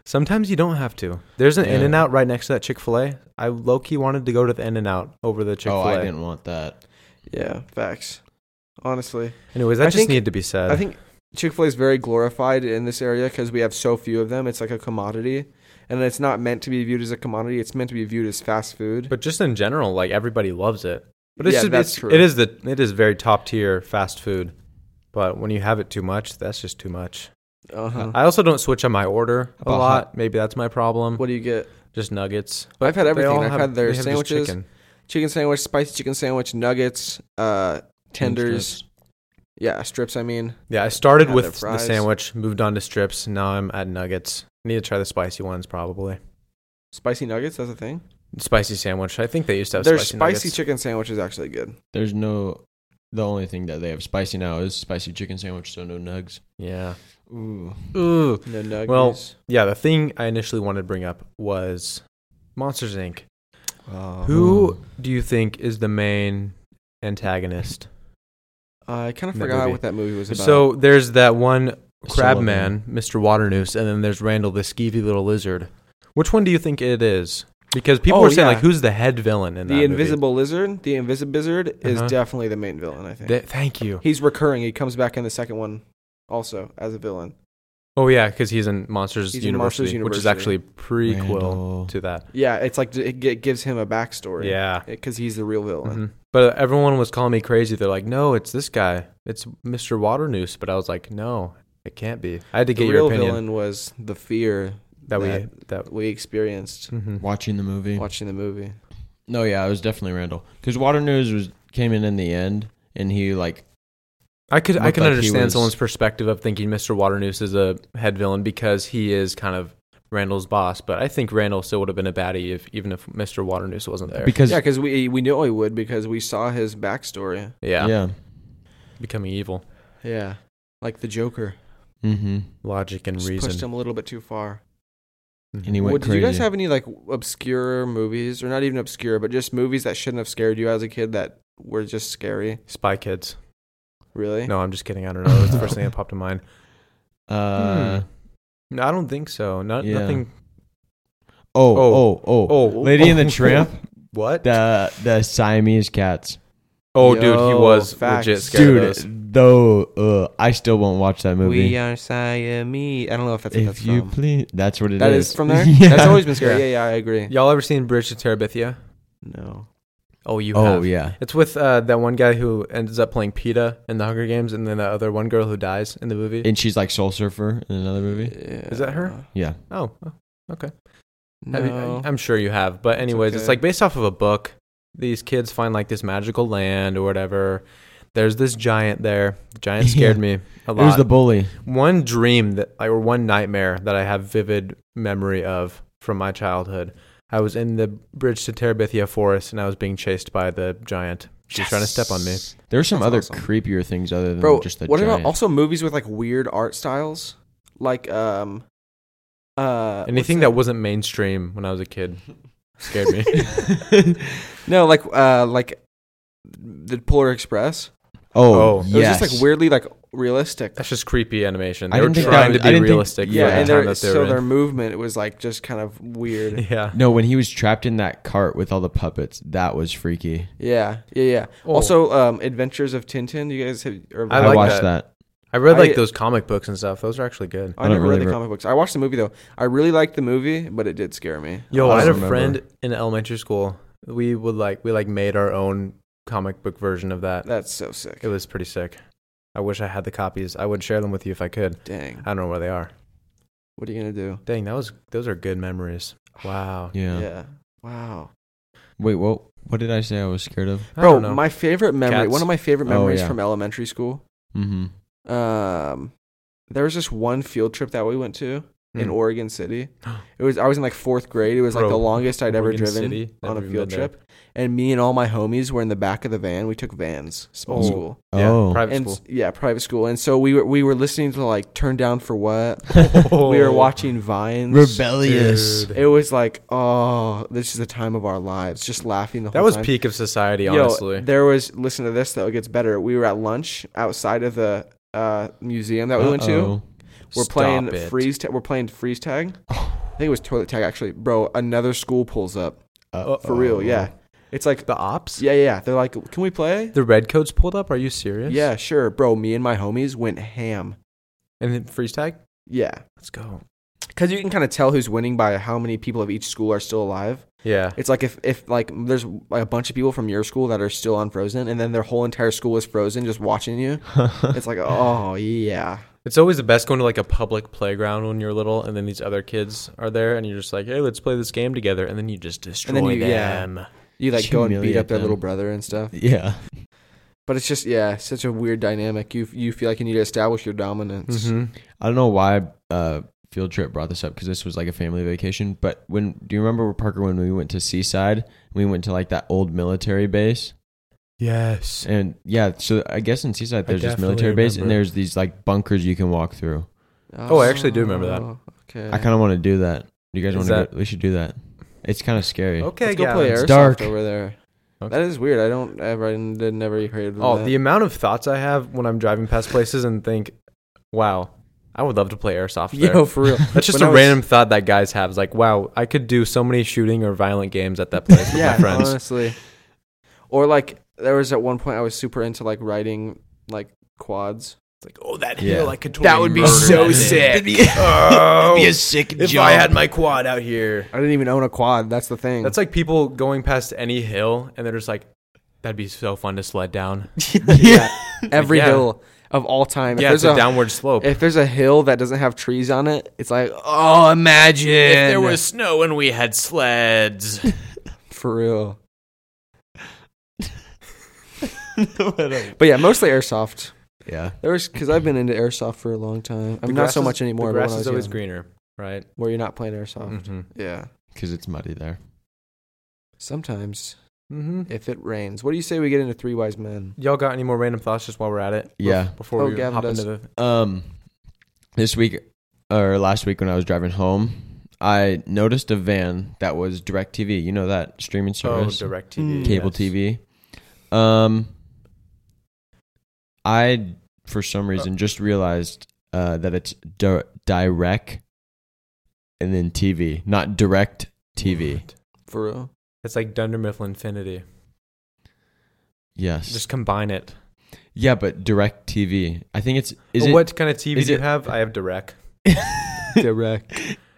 Speaker 1: Sometimes you don't have to. There's an
Speaker 3: Yeah.
Speaker 1: In N Out right next to that Chick fil A. I low key wanted to go to the In N Out over the Chick
Speaker 3: Oh,
Speaker 1: fil
Speaker 3: I
Speaker 1: A.
Speaker 3: didn't want that.
Speaker 2: Yeah, facts. Honestly,
Speaker 1: Anyways, that
Speaker 2: I
Speaker 1: just
Speaker 2: think-
Speaker 1: needed to be said.
Speaker 2: I think Chick Fil A is very glorified in this area because we have so few of them. It's like a commodity, and it's not meant to be viewed as a commodity. It's meant to be viewed as fast food.
Speaker 1: but just in general, like everybody loves it. But it's
Speaker 2: Yeah,
Speaker 1: just,
Speaker 2: that's
Speaker 1: it's-
Speaker 2: true.
Speaker 1: It is the it is very top tier fast food. But when you have it too much, that's just too much.
Speaker 2: uh-huh.
Speaker 1: I also don't switch on my order a
Speaker 3: About
Speaker 1: lot. Maybe that's my problem.
Speaker 2: what do you get?
Speaker 1: Just nuggets.
Speaker 2: I've had
Speaker 1: They
Speaker 2: everything.
Speaker 1: all
Speaker 2: I've
Speaker 1: have-
Speaker 2: had their
Speaker 1: they have just
Speaker 2: sandwiches,
Speaker 1: chicken.
Speaker 2: chicken sandwich, spicy chicken sandwich, nuggets, uh, tenders. Yeah, strips. I mean,
Speaker 1: Yeah, I started
Speaker 2: Had their
Speaker 1: with the
Speaker 2: fries.
Speaker 1: sandwich, moved on to strips. Now I'm at nuggets. Need to try the spicy ones probably.
Speaker 2: spicy nuggets. That's a thing.
Speaker 1: Spicy sandwich. I think they used to have
Speaker 2: Their
Speaker 1: spicy,
Speaker 2: spicy,
Speaker 1: nuggets.
Speaker 2: chicken sandwich is actually good.
Speaker 3: There's no. The only thing that they have spicy now is spicy chicken sandwich, so no nugs.
Speaker 1: yeah.
Speaker 3: Ooh.
Speaker 1: Ooh.
Speaker 2: No nuggets.
Speaker 1: Well- Yeah, the thing I initially wanted to bring up was Monsters Inc. Oh.
Speaker 2: Uh,
Speaker 1: Who do you think is the main antagonist?
Speaker 2: I kind of
Speaker 1: That
Speaker 2: forgot
Speaker 1: movie.
Speaker 2: what that movie was about.
Speaker 1: So there's that one crab
Speaker 3: Sullivan.
Speaker 1: man, Mr. Waternoose, and then there's Randall, the skeevy little lizard. Which one do you think it is? Because people
Speaker 2: Oh,
Speaker 1: were saying
Speaker 2: yeah.
Speaker 1: like, who's the head villain in that
Speaker 2: the
Speaker 1: movie?
Speaker 2: Invisible Lizard, the Invisibizzard, is
Speaker 1: Uh-huh.
Speaker 2: definitely the main villain. I think
Speaker 1: Th- thank you.
Speaker 2: he's recurring. He comes back in the second one, also as a villain.
Speaker 1: Oh yeah, because he's in Monsters,
Speaker 2: He's in
Speaker 1: University,
Speaker 2: Monsters
Speaker 1: which is
Speaker 2: University.
Speaker 1: actually a prequel
Speaker 3: Randall.
Speaker 1: to that.
Speaker 2: Yeah, it's like it gi- gives him a backstory.
Speaker 1: Yeah.
Speaker 2: because he's the real villain.
Speaker 1: Mhm. But everyone was calling me crazy. They're like, "No, it's this guy. It's Mr. Waternoose." But I was like, "No, it can't be." I had to
Speaker 2: The
Speaker 1: get your
Speaker 2: real
Speaker 1: opinion
Speaker 2: villain was the fear
Speaker 1: that we
Speaker 2: that-
Speaker 1: that.
Speaker 2: we experienced
Speaker 1: mhm.
Speaker 3: Watching the movie.
Speaker 2: watching the movie.
Speaker 3: No, yeah, it was definitely Randall because Water News was came in in the end, and he like
Speaker 1: I could I
Speaker 3: Looked
Speaker 1: can
Speaker 3: like he
Speaker 1: understand
Speaker 3: was-
Speaker 1: someone's perspective of thinking Mr. Waternoose is a head villain because he is kind of Randall's boss. But I think Randall still would have been a baddie if even if Mr. Waternoose wasn't there.
Speaker 3: because
Speaker 2: Yeah,
Speaker 3: yeah,
Speaker 2: because we we knew he would because we saw his backstory.
Speaker 1: yeah, becoming evil,
Speaker 2: Yeah, like the Joker.
Speaker 3: Mm-hmm.
Speaker 1: logic and
Speaker 2: Just pushed
Speaker 1: reason.
Speaker 2: him a little bit too far.
Speaker 1: Mhm.
Speaker 3: And he went
Speaker 2: Well, did you guys
Speaker 3: crazy.
Speaker 2: have any like obscure movies, or not even obscure, but just movies that shouldn't have scared you as a kid that were just scary?
Speaker 1: Spy Kids.
Speaker 3: (laughs)
Speaker 2: Really?
Speaker 1: No, I'm just kidding. I don't know. That's the first thing that popped in mind.
Speaker 3: Uh,
Speaker 1: Hmm. No, I don't think so. Not
Speaker 3: Yeah.
Speaker 1: nothing.
Speaker 3: oh,
Speaker 1: Oh.
Speaker 3: oh, oh,
Speaker 1: (laughs)
Speaker 3: Lady and the Tramp,
Speaker 1: What?
Speaker 3: the the Siamese cats,
Speaker 1: oh, dude, he
Speaker 2: Yo,
Speaker 1: was
Speaker 2: facts.
Speaker 1: legit scared of those.
Speaker 3: dude. Though uh, I still won't watch that movie.
Speaker 2: We are Siamese. I don't know if that's what
Speaker 3: if
Speaker 2: that's
Speaker 3: you
Speaker 2: from.
Speaker 3: please, that's what it is.
Speaker 2: That is from there.
Speaker 3: (laughs) Yeah.
Speaker 2: That's always been scary.
Speaker 1: Yeah.
Speaker 2: Yeah, yeah, I agree.
Speaker 1: Y'all ever seen Bridge to Terabithia?
Speaker 2: No.
Speaker 1: Oh, you
Speaker 3: oh
Speaker 1: have.
Speaker 3: yeah,
Speaker 1: It's with uh, that one guy who ends up playing PETA in the Hunger Games, and then the other one girl who dies in the movie.
Speaker 3: and she's like Soul Surfer in another movie.
Speaker 2: Is
Speaker 1: that her?
Speaker 3: Yeah,
Speaker 1: oh, oh,
Speaker 2: No.
Speaker 1: Have you- I'm sure you have. But
Speaker 2: It's
Speaker 1: anyways, it's,
Speaker 2: okay.
Speaker 1: like based off of a book. These kids find like this magical land or whatever. There's this giant there. The giant
Speaker 3: (laughs) Yeah.
Speaker 1: scared me a lot.
Speaker 3: it was the bully.
Speaker 1: one dream that or one nightmare that I have vivid memory of from my childhood. I was in the bridge to Terabithia forest and I was being chased by the giant. She's trying to step on me.
Speaker 3: There were some
Speaker 2: That's
Speaker 3: other
Speaker 2: awesome.
Speaker 3: creepier things other than
Speaker 2: Bro,
Speaker 3: just the
Speaker 2: what
Speaker 3: giant.
Speaker 2: about also movies with like weird art styles? Like um uh what's
Speaker 1: Anything
Speaker 2: that?
Speaker 1: that wasn't mainstream when I was a kid scared me.
Speaker 2: (laughs) No, like uh like the Polar Express.
Speaker 1: Oh,
Speaker 3: oh,
Speaker 1: it
Speaker 2: It
Speaker 3: yes.
Speaker 2: was just like weirdly like realistic.
Speaker 1: That's just creepy animation.
Speaker 3: I
Speaker 1: They were
Speaker 3: didn't think that
Speaker 1: trying
Speaker 3: was-
Speaker 1: to
Speaker 3: I
Speaker 1: be
Speaker 3: didn't think-
Speaker 1: realistic
Speaker 2: Yeah,
Speaker 1: for
Speaker 2: and
Speaker 1: the
Speaker 2: their,
Speaker 1: time that they
Speaker 2: so
Speaker 1: were
Speaker 2: their
Speaker 1: in.
Speaker 2: movement was like just kind
Speaker 1: (laughs)
Speaker 2: of weird.
Speaker 1: Yeah.
Speaker 3: No, when he was trapped in that cart with all the puppets, that was freaky.
Speaker 2: yeah, yeah, yeah.
Speaker 1: Oh.
Speaker 2: Also, um, Adventures of Tintin. You guys have? Or
Speaker 1: I
Speaker 3: I,
Speaker 1: like that.
Speaker 3: watched that.
Speaker 1: I read like
Speaker 2: I-
Speaker 1: those comic books and stuff. Those are actually good.
Speaker 3: I
Speaker 2: I,
Speaker 3: don't
Speaker 2: never read
Speaker 3: really
Speaker 2: the
Speaker 3: re-
Speaker 2: comic books. I watched the movie though. I really liked the movie, but it did scare me.
Speaker 1: Yo,
Speaker 3: I
Speaker 1: I had a
Speaker 3: remember.
Speaker 1: friend in elementary school. We would like we like made our own comic book version of that.
Speaker 2: That's so sick.
Speaker 1: It was pretty sick. I wish I had the copies. I would share them with you if I could.
Speaker 2: Dang.
Speaker 1: I don't know where they are.
Speaker 2: What are you gonna do?
Speaker 1: Dang, that was those are good memories. Wow.
Speaker 3: Yeah.
Speaker 2: Wow.
Speaker 3: Wait, what? What did I say? I was scared of.
Speaker 1: I don't
Speaker 2: Bro,
Speaker 1: know.
Speaker 2: my favorite memory,
Speaker 1: Cats.
Speaker 2: one of my favorite
Speaker 3: Oh,
Speaker 2: memories
Speaker 3: yeah.
Speaker 2: from elementary school.
Speaker 3: Mm-hmm.
Speaker 2: Um, there was this one field trip that we went to in
Speaker 1: Hmm. (gasps)
Speaker 2: Oregon City. It was I was in like fourth grade. It was like
Speaker 1: Bro,
Speaker 2: the longest I'd ever
Speaker 1: Oregon
Speaker 2: driven
Speaker 1: City?
Speaker 2: on
Speaker 1: Never
Speaker 2: a
Speaker 1: even
Speaker 2: field
Speaker 1: been there.
Speaker 2: trip. And me and all my homies were in the back of the van. We took vans, small
Speaker 1: Oh.
Speaker 2: school,
Speaker 1: Yeah,
Speaker 3: oh,
Speaker 1: private
Speaker 2: and
Speaker 1: school.
Speaker 2: yeah, private school. And so we were we were listening to like "Turn Down for What."
Speaker 3: (laughs)
Speaker 2: (laughs) We were
Speaker 1: Oh,
Speaker 2: watching vines.
Speaker 3: rebellious.
Speaker 1: dude.
Speaker 2: It was like, oh, this is the time of our lives. Just laughing the whole
Speaker 1: That was
Speaker 2: time.
Speaker 1: peak of society,
Speaker 2: Yo,
Speaker 1: honestly.
Speaker 2: there was listen to this though. It gets better. We were at lunch outside of the uh, museum that we went to.
Speaker 3: Uh-oh.
Speaker 2: We're
Speaker 1: Stop
Speaker 2: playing
Speaker 1: it.
Speaker 2: freeze. Ta- we're playing freeze tag. I think it was toilet tag actually, bro. Another school pulls up
Speaker 3: Uh-oh.
Speaker 2: Uh, for real. Yeah, it's like
Speaker 1: The ops?
Speaker 2: yeah, yeah. They're like, can we play?
Speaker 1: The redcoats pulled up? Are you serious?
Speaker 2: Yeah, sure, bro. Me and my homies went ham.
Speaker 1: And then freeze tag?
Speaker 2: Yeah,
Speaker 1: Let's go.
Speaker 2: because you can kind of tell who's winning by how many people of each school are still alive.
Speaker 1: Yeah.
Speaker 2: It's like if, if like there's like a bunch of people from your school that are still on Frozen, and then their whole entire school is Frozen, just watching you. it's like, (laughs) oh yeah,
Speaker 1: It's always the best going to like a public playground when you're little and then these other kids are there and you're just like, hey, let's play this game together. And then you just destroy
Speaker 2: then you- yeah.
Speaker 1: them.
Speaker 2: you like go and beat
Speaker 3: Humiliate
Speaker 2: up their little
Speaker 3: them.
Speaker 2: brother and stuff.
Speaker 3: (laughs) Yeah.
Speaker 2: But it's just yeah, such a weird dynamic. You you feel like you need to establish your dominance.
Speaker 1: Mhm.
Speaker 3: I don't know why uh, field trip brought this up because this was like a family vacation. But when do you remember Parker when we went to Seaside? We went to like that old military base,
Speaker 1: Yes.
Speaker 3: and yeah. So I guess in Seaside
Speaker 1: I
Speaker 3: there's this
Speaker 1: definitely
Speaker 3: military base, and
Speaker 1: remember.
Speaker 3: there's these like bunkers you can walk through.
Speaker 1: Oh, I actually do remember that.
Speaker 2: Oh, Okay,
Speaker 3: I kind of want to do that. Do you guys want
Speaker 1: Is
Speaker 3: to?
Speaker 1: that-
Speaker 3: Go? We should do that. It's kind of scary.
Speaker 1: Okay,
Speaker 2: Let's go play
Speaker 1: Gavin.
Speaker 2: airsoft
Speaker 3: dark.
Speaker 2: over there.
Speaker 1: Okay.
Speaker 2: That is weird. I don't ever, I did never heard. Of
Speaker 1: Oh,
Speaker 2: that.
Speaker 1: the amount of thoughts I have when I'm driving past places and think, wow, I would love to play
Speaker 2: (laughs)
Speaker 1: airsoft there. (laughs)
Speaker 2: (laughs) yo for real.
Speaker 1: That's just
Speaker 2: when I
Speaker 1: a
Speaker 2: was-
Speaker 1: random thought that guys have. It's like, wow, I could do so many shooting or violent games at that place with
Speaker 2: (laughs) yeah, uh,
Speaker 1: my friends.
Speaker 2: honestly. Or like there was at one point I was super into like riding like quads.
Speaker 1: It's like, oh, that
Speaker 3: Yeah.
Speaker 1: hill, I could totally
Speaker 3: That would be so
Speaker 1: murder that
Speaker 3: sick. (laughs)
Speaker 1: thing. Oh,
Speaker 3: Be a (laughs) sick
Speaker 1: if
Speaker 3: jump.
Speaker 1: I had my quad out here.
Speaker 2: I didn't even own a quad. That's the thing.
Speaker 1: That's like people going past any hill and they're just like, that'd be so fun to sled down.
Speaker 2: yeah. Every
Speaker 1: Yeah.
Speaker 2: hill of all time. If
Speaker 1: yeah, it's
Speaker 2: there's
Speaker 1: a,
Speaker 2: a
Speaker 1: downward slope.
Speaker 2: if there's a hill that doesn't have trees on it, it's like oh
Speaker 3: (laughs)
Speaker 2: imagine
Speaker 1: snow and we had sleds.
Speaker 2: for real.
Speaker 3: yeah.
Speaker 2: But yeah, mostly airsoft. There was because I've been into airsoft for a long time.
Speaker 1: The
Speaker 2: I'm not
Speaker 1: grass
Speaker 2: so
Speaker 1: is-
Speaker 2: much anymore.
Speaker 1: The
Speaker 2: but when
Speaker 1: grass
Speaker 2: I
Speaker 1: is
Speaker 2: was Oh.
Speaker 1: always
Speaker 2: young,
Speaker 1: greener, right?
Speaker 2: Where you're not playing airsoft.
Speaker 1: Mm-hmm.
Speaker 2: Yeah.
Speaker 3: Because it's muddy there.
Speaker 2: Sometimes
Speaker 1: Mm-hmm.
Speaker 2: if it rains, what do you say we get into three wise men?
Speaker 1: Y'all got any more random thoughts just while we're at it?
Speaker 3: Yeah.
Speaker 1: Before
Speaker 2: Oh,
Speaker 1: we
Speaker 2: Gavin
Speaker 1: hop
Speaker 2: does.
Speaker 1: into the.
Speaker 3: Um, this week or last week when I was driving home, I noticed a van that was DirecTV. You know that streaming
Speaker 1: Oh,
Speaker 3: service,
Speaker 1: direct TV.
Speaker 3: cable TV. Um, I for
Speaker 2: Uh,
Speaker 3: some reason just realized uh, that it's di- direct and then TV, not direct TV.
Speaker 2: For real.
Speaker 1: It's like Dunder Mifflin Infinity.
Speaker 3: Yes.
Speaker 1: Just combine it.
Speaker 3: yeah, but direct TV. I think it's is
Speaker 1: Well,
Speaker 3: it (laughs)
Speaker 1: what kind of TV
Speaker 3: is
Speaker 1: do you
Speaker 3: it-
Speaker 1: have? I have direct.
Speaker 2: Direct.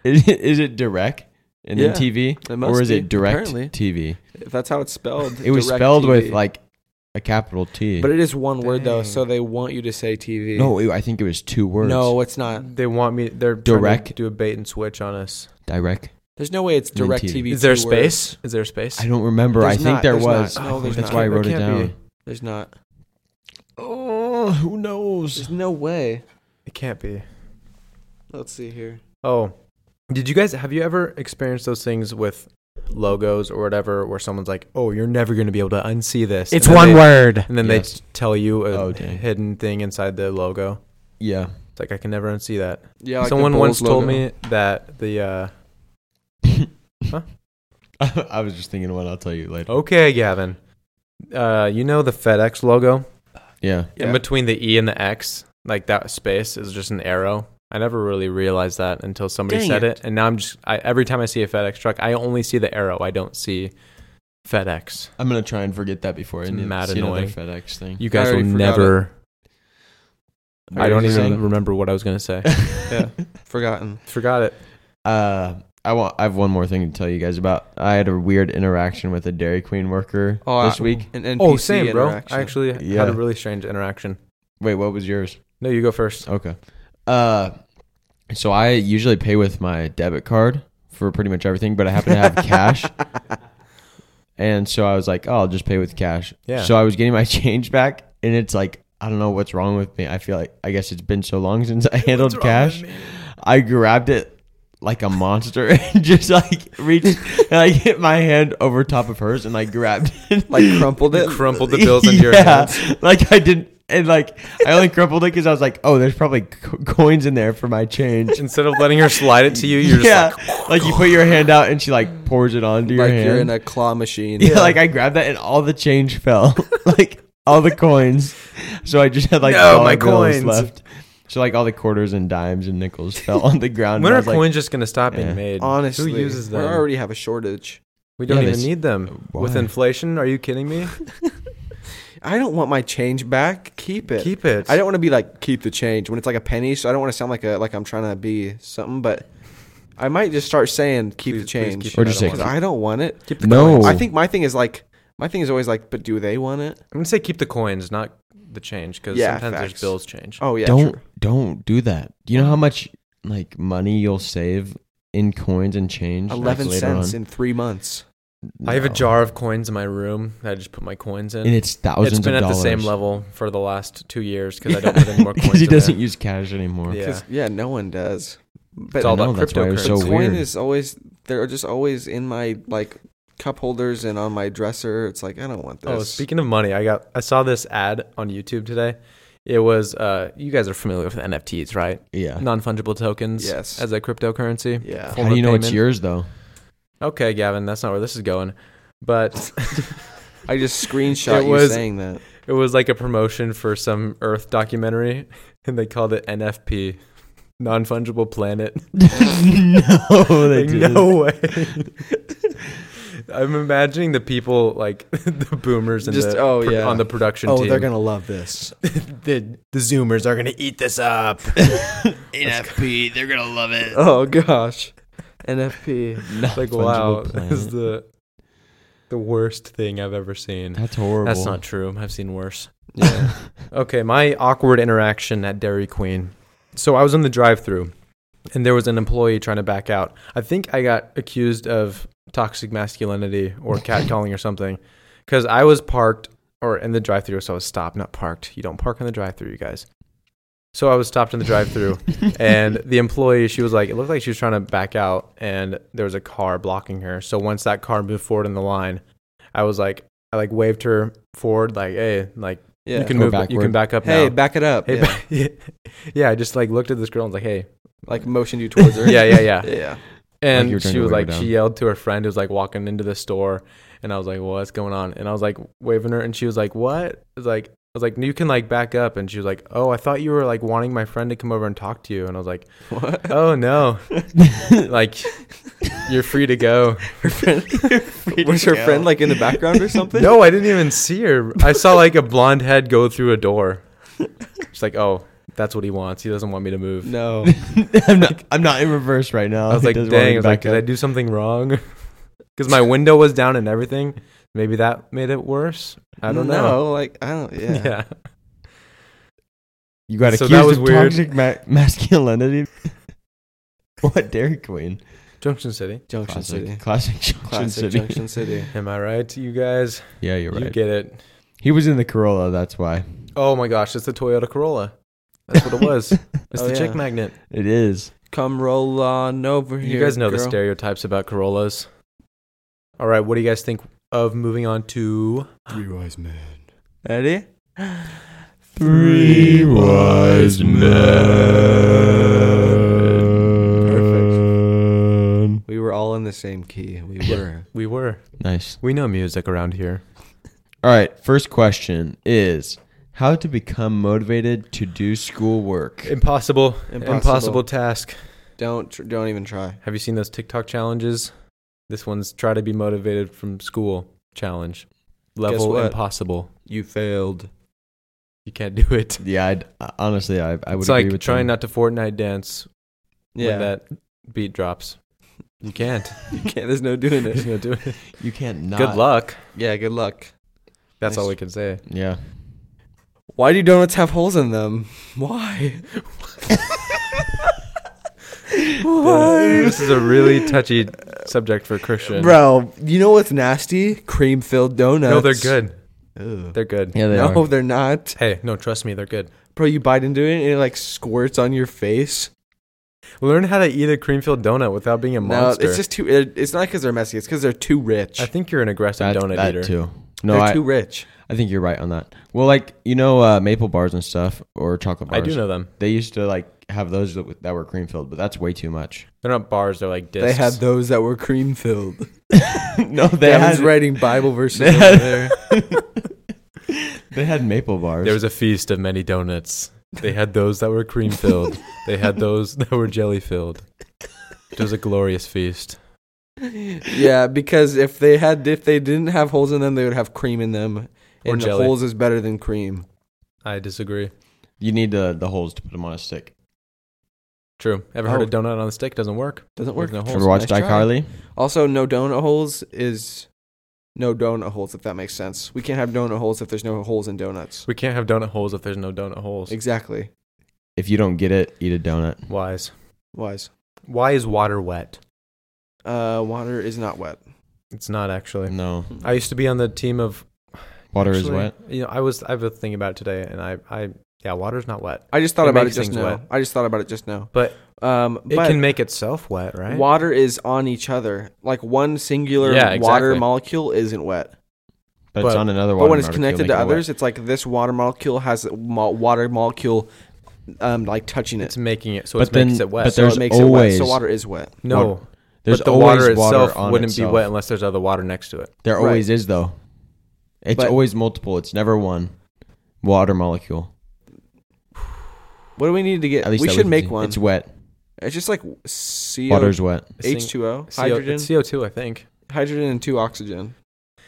Speaker 3: is it, is it direct and
Speaker 2: Yeah,
Speaker 3: then TV
Speaker 2: it
Speaker 3: or
Speaker 2: must
Speaker 3: is
Speaker 2: be,
Speaker 3: it direct
Speaker 2: apparently.
Speaker 3: TV?
Speaker 2: If that's how it's spelled.
Speaker 3: It was
Speaker 2: direct
Speaker 3: spelled with
Speaker 2: TV.
Speaker 3: like a capital T.
Speaker 2: But it is one word though,
Speaker 1: Dang.
Speaker 2: so they want you to say TV.
Speaker 3: no, it, I think it was two words.
Speaker 2: no, it's not.
Speaker 1: They want me. They're trying
Speaker 3: Direct.
Speaker 1: To do a bait and switch on us.
Speaker 3: direct.
Speaker 2: There's no way it's
Speaker 3: I mean,
Speaker 2: direct
Speaker 3: TV.
Speaker 2: TV.
Speaker 1: Is there
Speaker 2: two
Speaker 1: space?
Speaker 2: words.
Speaker 1: Is there space?
Speaker 3: I don't remember.
Speaker 2: There's
Speaker 3: I think
Speaker 2: not,
Speaker 3: there
Speaker 2: there's
Speaker 3: was.
Speaker 2: not. No, there's
Speaker 3: That's
Speaker 2: not.
Speaker 3: why I
Speaker 1: There
Speaker 3: wrote it
Speaker 1: can't
Speaker 3: down.
Speaker 1: be.
Speaker 2: There's not.
Speaker 3: Oh, who knows?
Speaker 2: There's no way.
Speaker 1: It can't be.
Speaker 2: Let's see here.
Speaker 1: Oh, did you guys have you ever experienced those things with logos or whatever, where someone's like, "Oh, you're never going to be able to unsee this." and then they-
Speaker 2: word.
Speaker 1: and then
Speaker 3: Yes.
Speaker 1: they tell you a
Speaker 3: Oh, dang.
Speaker 1: hidden thing inside the logo.
Speaker 3: Yeah. (laughs)
Speaker 1: It's like I can never unsee that.
Speaker 2: Yeah, like
Speaker 1: Someone once told me that the. uh Huh?
Speaker 3: I, I was just thinking what I'll tell you later.
Speaker 1: Okay, Gavin. Uh, you know the FedEx logo
Speaker 3: Yeah.
Speaker 1: in between the E and the X, like that space is just an arrow. I never really realized that until somebody
Speaker 2: Dang
Speaker 1: said
Speaker 2: it.
Speaker 1: it. and now I'm just I, every time I see a FedEx truck, I only see the arrow. I don't see FedEx.
Speaker 3: I'm gonna try and forget that before I
Speaker 1: It's
Speaker 3: need to
Speaker 1: mad
Speaker 3: see another
Speaker 1: annoying.
Speaker 3: FedEx thing.
Speaker 1: You guys will
Speaker 2: already forgot
Speaker 1: never.
Speaker 3: it.
Speaker 1: I don't
Speaker 3: Already
Speaker 1: even
Speaker 3: forgot it.
Speaker 1: remember what I was gonna
Speaker 3: (laughs)
Speaker 1: say.
Speaker 2: Yeah. Forgotten.
Speaker 1: Forgot it.
Speaker 3: Uh, I want. I have one more thing to tell you guys about. I had a weird interaction with a Dairy Queen worker
Speaker 2: Oh,
Speaker 3: this
Speaker 2: I-
Speaker 3: week.
Speaker 2: An NPC
Speaker 1: oh, same, bro. I
Speaker 2: interaction.
Speaker 1: actually
Speaker 3: Yeah.
Speaker 1: had a really strange interaction.
Speaker 3: Wait, what was yours?
Speaker 1: No, you go first.
Speaker 3: Okay. Uh, so I usually
Speaker 2: (laughs)
Speaker 3: pay with my debit card for pretty much everything, but I happen to have cash. And so I was like, oh, I'll just pay with cash.
Speaker 1: Yeah.
Speaker 3: So I was getting my (laughs) change back, and it's like, I don't know what's wrong with me. I feel like, I guess it's been so long (laughs) since I handled cash. I grabbed it like a monster (laughs) and just like reached (laughs) and I hit my hand over top of hers and I grabbed (laughs) it.
Speaker 2: Like crumpled it.
Speaker 3: (laughs)
Speaker 1: crumpled the bills into your hands.
Speaker 3: Like I didn't. And like I only crumpled it because I was like, "Oh, there's probably co- coins in there for
Speaker 1: (laughs)
Speaker 3: my change."
Speaker 1: Instead of letting her slide it to you, you're just
Speaker 3: yeah,
Speaker 1: like,
Speaker 3: like, you put your hand out and she like pours it onto your
Speaker 2: like
Speaker 3: hand.
Speaker 2: you're in a claw
Speaker 3: (laughs)
Speaker 2: machine. (laughs)
Speaker 3: yeah, like I grabbed that and all the change fell, (laughs) like all the coins. So I just had like
Speaker 1: No,
Speaker 3: dollar
Speaker 1: my
Speaker 3: bills
Speaker 1: coins.
Speaker 3: left. So like all the quarters and dimes and nickels fell on the ground.
Speaker 1: when
Speaker 3: and I
Speaker 1: are
Speaker 3: was like,
Speaker 1: coins just going to stop
Speaker 3: Yeah.
Speaker 1: being made?
Speaker 2: Honestly,
Speaker 1: who uses
Speaker 2: We
Speaker 1: them?
Speaker 2: already have a shortage.
Speaker 1: we don't
Speaker 3: Yeah,
Speaker 1: even
Speaker 3: they s-
Speaker 1: need them. With
Speaker 3: Why?
Speaker 1: inflation, are you kidding
Speaker 2: (laughs)
Speaker 1: me?
Speaker 2: I don't want my change back. Keep it.
Speaker 1: Keep it.
Speaker 2: I don't want to be like keep the change when it's like a penny. So I don't want to sound like a like I'm trying to be something. But I might just start saying keep
Speaker 1: Please-
Speaker 2: the
Speaker 1: please
Speaker 2: change
Speaker 1: keep
Speaker 3: Or
Speaker 1: it.
Speaker 3: just
Speaker 1: I don't
Speaker 3: say-
Speaker 2: because
Speaker 1: want it.
Speaker 2: I don't want it.
Speaker 1: keep
Speaker 3: No.
Speaker 1: coins.
Speaker 2: I think my thing is like my thing is always like, but do they want it?
Speaker 1: I'm going to say keep the coins, not the change, because
Speaker 2: Yeah,
Speaker 1: sometimes
Speaker 2: facts.
Speaker 1: there's bills change.
Speaker 2: Oh yeah.
Speaker 3: don't
Speaker 2: true.
Speaker 3: don't do that. Do you know how much like money you'll save in coins and change? like,
Speaker 2: Eleven
Speaker 3: later
Speaker 2: cents
Speaker 3: on?
Speaker 2: in three months.
Speaker 1: I have a
Speaker 3: No.
Speaker 1: jar of coins in my room that I just put my coins in.
Speaker 3: and it's 1000s
Speaker 1: it's been
Speaker 3: of
Speaker 1: at
Speaker 3: dollars.
Speaker 1: the same level for the last two years because I
Speaker 3: (laughs)
Speaker 1: don't put any more
Speaker 3: 'Cause
Speaker 1: coins.
Speaker 3: he
Speaker 1: in there.
Speaker 3: doesn't use cash anymore.
Speaker 1: Yeah.
Speaker 2: 'Cause, Yeah. no one does. But
Speaker 1: It's all
Speaker 3: I know,
Speaker 1: about
Speaker 3: that's why it was
Speaker 1: cryptocurrency.
Speaker 3: so
Speaker 2: the coin
Speaker 3: weird.
Speaker 2: is always they're just always in my like cup holders and on my dresser. It's like I don't want this.
Speaker 1: Oh, speaking of money, I got I saw this ad on YouTube today. It was uh, you guys are familiar with NFTs, right?
Speaker 3: yeah.
Speaker 1: Non fungible tokens.
Speaker 2: Yes.
Speaker 1: As a cryptocurrency.
Speaker 2: yeah.
Speaker 1: Full-
Speaker 3: How do you know it's
Speaker 1: payment.
Speaker 3: yours
Speaker 2: (laughs)
Speaker 3: though? (laughs)
Speaker 1: Okay, Gavin, that's not where this is going. But
Speaker 2: I just screenshot
Speaker 1: It
Speaker 2: you
Speaker 1: was-
Speaker 2: saying that.
Speaker 1: it was like a promotion for some Earth documentary, (laughs) and they called it NFP, non fungible (laughs) planet.
Speaker 3: no, they
Speaker 1: Like,
Speaker 3: didn't.
Speaker 1: no (laughs) way. I'm imagining the people like (laughs) the boomers and
Speaker 2: Just-
Speaker 1: the,
Speaker 2: oh,
Speaker 1: pro-
Speaker 2: yeah.
Speaker 1: on the production team. (laughs)
Speaker 2: gonna love this.
Speaker 1: the the Zoomers are gonna eat this (laughs) up.
Speaker 3: (laughs) NFP, they're gonna love it.
Speaker 2: Oh gosh, NFP.
Speaker 1: like wow, (laughs) that is the the worst thing I've ever seen.
Speaker 3: that's horrible.
Speaker 1: That's (laughs) not true. I've seen worse.
Speaker 2: Yeah.
Speaker 1: Okay, my awkward interaction at Dairy Queen. So I was in the drive-through, and there was an employee trying to back out. I think I got accused of toxic masculinity or catcalling or something, because I was parked or in the drive-through, so I was stopped, not parked. You don't park in the drive-through, you guys. So I was stopped in the
Speaker 3: (laughs)
Speaker 1: drive-through, and the employee she was like it looked like she was trying to back out and there was a car blocking her so once that car moved forward in the line i was like i like waved her forward like hey like
Speaker 2: Yeah.
Speaker 1: you can
Speaker 3: Or
Speaker 1: move you can
Speaker 3: backward.
Speaker 1: back up
Speaker 2: hey,
Speaker 1: now
Speaker 2: back it up.
Speaker 1: hey
Speaker 2: yeah.
Speaker 1: ba- (laughs) yeah. i just like looked at this girl and was like hey
Speaker 2: like motioned you towards her.
Speaker 1: yeah yeah yeah
Speaker 2: (laughs) Yeah.
Speaker 1: and
Speaker 3: you were trying
Speaker 1: she
Speaker 3: to
Speaker 1: was like
Speaker 3: wave her
Speaker 1: she
Speaker 3: down.
Speaker 1: yelled to her friend who was like walking into the store and i was like what's going on and i was like waving her and she was like what I was like I was like, you can like back up, and she was like, "Oh, I thought you were like wanting my friend to come over and talk to you," and I was
Speaker 3: (laughs)
Speaker 1: like,
Speaker 2: What? (laughs)
Speaker 1: "Oh no, like you're free to go." (laughs)
Speaker 2: Was her friend like in the background or something?
Speaker 1: No, I didn't even see her. I
Speaker 3: (laughs)
Speaker 1: saw like a blonde head go through a door. She's like, oh, that's what he wants. He doesn't want me to move.
Speaker 2: (laughs) No.
Speaker 3: I'm not. I'm not in reverse right now.
Speaker 1: I was
Speaker 3: Oh, He
Speaker 1: like,
Speaker 3: doesn't want me
Speaker 1: dang, I was like,
Speaker 3: back
Speaker 1: did I
Speaker 3: up.
Speaker 1: do something wrong? (laughs) Because my window was down and everything. Maybe that made it worse. I don't know.
Speaker 2: Like I don't. (laughs) Yeah.
Speaker 1: (laughs) Yeah.
Speaker 3: you got
Speaker 1: So
Speaker 3: accused
Speaker 1: that was
Speaker 3: of
Speaker 1: weird.
Speaker 3: toxic ma- masculinity. (laughs) what Dairy Queen?
Speaker 1: Junction City.
Speaker 2: Junction
Speaker 3: Classic,
Speaker 2: City.
Speaker 3: classic Junction
Speaker 2: Classic
Speaker 3: City.
Speaker 2: Junction City.
Speaker 1: Am I right, you guys?
Speaker 3: Yeah, you're right.
Speaker 1: You get it.
Speaker 3: he was in the Corolla. That's why
Speaker 1: Oh my gosh, it's the Toyota Corolla. That's
Speaker 3: (laughs)
Speaker 1: what it was. It's
Speaker 2: Oh,
Speaker 1: the
Speaker 2: yeah.
Speaker 1: chick magnet.
Speaker 3: it is.
Speaker 2: Come roll on over here.
Speaker 1: you guys know the
Speaker 2: girl.
Speaker 1: stereotypes about Corollas. All right, what do you guys think of moving on to
Speaker 2: Ready?
Speaker 3: Three wise men.
Speaker 2: We were all in the same key. We
Speaker 1: Yeah.
Speaker 2: were.
Speaker 1: We Were?
Speaker 3: Nice.
Speaker 1: We know music around here.
Speaker 3: All right, first question is how to become motivated to do schoolwork.
Speaker 1: Impossible, impossible,
Speaker 2: Impossible.
Speaker 1: task.
Speaker 2: Don't tr- don't even try. (laughs)
Speaker 1: Have you seen those TikTok challenges? This one's try to be motivated from school challenge. Level
Speaker 2: what?
Speaker 1: impossible.
Speaker 2: You failed.
Speaker 1: You can't do it.
Speaker 3: Yeah, I'd, honestly, I, I would
Speaker 1: It's
Speaker 3: agree
Speaker 1: like
Speaker 3: with
Speaker 1: trying
Speaker 3: them.
Speaker 1: not to Fortnite dance
Speaker 2: Yeah.
Speaker 1: when that beat drops. You can't. (laughs)
Speaker 2: You can't. There's no doing
Speaker 1: There's
Speaker 2: it.
Speaker 1: no doing it.
Speaker 3: You can't not.
Speaker 1: Good luck.
Speaker 2: (laughs) yeah. Good luck.
Speaker 1: That's
Speaker 2: Nice.
Speaker 1: all we can say.
Speaker 3: Yeah.
Speaker 2: Why do donuts have holes in them? Why? Why?
Speaker 1: This is a really touchy subject for Christian.
Speaker 2: Bro, you know what's nasty? Cream filled donuts.
Speaker 1: no, they're good.
Speaker 2: Ugh.
Speaker 1: They're good.
Speaker 3: Yeah, they
Speaker 2: no,
Speaker 3: are.
Speaker 2: they're not.
Speaker 1: Hey, no, trust me, they're good.
Speaker 2: Bro, you bite into it and it like squirts on your face.
Speaker 1: Learn how to eat a cream filled donut without being a monster.
Speaker 2: No, it's just too. It, it's not because they're messy. It's because they're too rich.
Speaker 1: I think you're an aggressive
Speaker 3: That,
Speaker 1: donut
Speaker 3: that
Speaker 1: eater.
Speaker 3: too. No,
Speaker 2: they're
Speaker 3: I,
Speaker 2: too rich.
Speaker 3: I think you're right on that. Well, like you know, uh, maple bars and stuff or chocolate
Speaker 1: I
Speaker 3: bars.
Speaker 1: do know them.
Speaker 3: They used to like have those that, w- that were cream filled, but that's way too much.
Speaker 1: They're not bars. They're like discs.
Speaker 2: They had those that were cream filled.
Speaker 3: no, (laughs) they
Speaker 2: Devin's
Speaker 3: had
Speaker 2: writing Bible verses
Speaker 3: They
Speaker 2: over
Speaker 3: had-
Speaker 2: there.
Speaker 3: (laughs) they had maple bars.
Speaker 1: There was a feast of many donuts. They had those that were cream filled. they
Speaker 3: (laughs)
Speaker 2: (laughs)
Speaker 1: had those that were jelly filled. It was a glorious feast.
Speaker 2: Yeah, because if they had, if they didn't have holes in them, they would have cream in them.
Speaker 1: Or
Speaker 2: and
Speaker 1: jelly.
Speaker 2: holes is better than cream.
Speaker 1: I disagree.
Speaker 3: you need the the holes to put them on a stick.
Speaker 1: True. Ever heard
Speaker 2: Oh.
Speaker 1: a donut on a stick doesn't work?
Speaker 2: Doesn't
Speaker 1: With
Speaker 2: work.
Speaker 1: no holes.
Speaker 3: Ever watched
Speaker 2: Nice try.
Speaker 3: iCarly?
Speaker 2: Also, no donut holes is no donut holes. If that makes sense, we can't have donut holes if there's no holes in donuts.
Speaker 1: We can't have donut holes if there's no donut holes.
Speaker 2: Exactly.
Speaker 3: If you don't get it, eat a donut.
Speaker 1: Wise.
Speaker 2: Wise.
Speaker 1: Why is water wet?
Speaker 2: Uh, water is not wet.
Speaker 1: It's not actually.
Speaker 3: No,
Speaker 2: mm,
Speaker 1: I used to be on the team of
Speaker 3: Mm. water is
Speaker 1: actually,
Speaker 3: wet.
Speaker 1: You know, I was I was thinking about it today, and I I yeah, water's not wet,
Speaker 2: I just thought
Speaker 1: It
Speaker 2: about it
Speaker 1: makes
Speaker 2: just
Speaker 1: things
Speaker 2: now.
Speaker 1: wet.
Speaker 2: I just thought about it just now.
Speaker 1: but
Speaker 2: Um,
Speaker 1: it
Speaker 2: but
Speaker 1: can make itself wet, right?
Speaker 2: water is on each other. Like one singular
Speaker 1: Yeah,
Speaker 2: water
Speaker 1: exactly.
Speaker 2: molecule isn't wet,
Speaker 3: But, it's
Speaker 1: But-
Speaker 3: on another
Speaker 2: but
Speaker 3: water
Speaker 2: when it's
Speaker 3: molecule,
Speaker 2: connected
Speaker 3: make
Speaker 2: to
Speaker 3: it wet.
Speaker 2: others, it's like this water molecule has a mo- water molecule, um, like touching it.
Speaker 1: it's making it so
Speaker 3: But
Speaker 1: it makes
Speaker 3: then-
Speaker 1: it wet.
Speaker 3: but
Speaker 1: so
Speaker 3: there's
Speaker 2: so it makes
Speaker 3: always-
Speaker 2: it wet. So water is wet.
Speaker 1: no,
Speaker 3: Water- There's
Speaker 1: but the
Speaker 3: always
Speaker 1: water itself
Speaker 3: on
Speaker 1: wouldn't
Speaker 3: itself.
Speaker 1: be wet unless there's other water next to it.
Speaker 3: There
Speaker 2: Right.
Speaker 3: always is though. It's
Speaker 2: But-
Speaker 3: always multiple. It's never one water molecule.
Speaker 2: What do we need to get?
Speaker 3: At least
Speaker 2: we
Speaker 3: that
Speaker 2: should
Speaker 3: can
Speaker 2: make
Speaker 3: see.
Speaker 2: one.
Speaker 3: It's wet.
Speaker 2: It's just like CO,
Speaker 3: Water's wet.
Speaker 2: H2O,
Speaker 1: CO
Speaker 2: hydrogen,
Speaker 1: it's CO2, I think.
Speaker 2: hydrogen and two oxygen.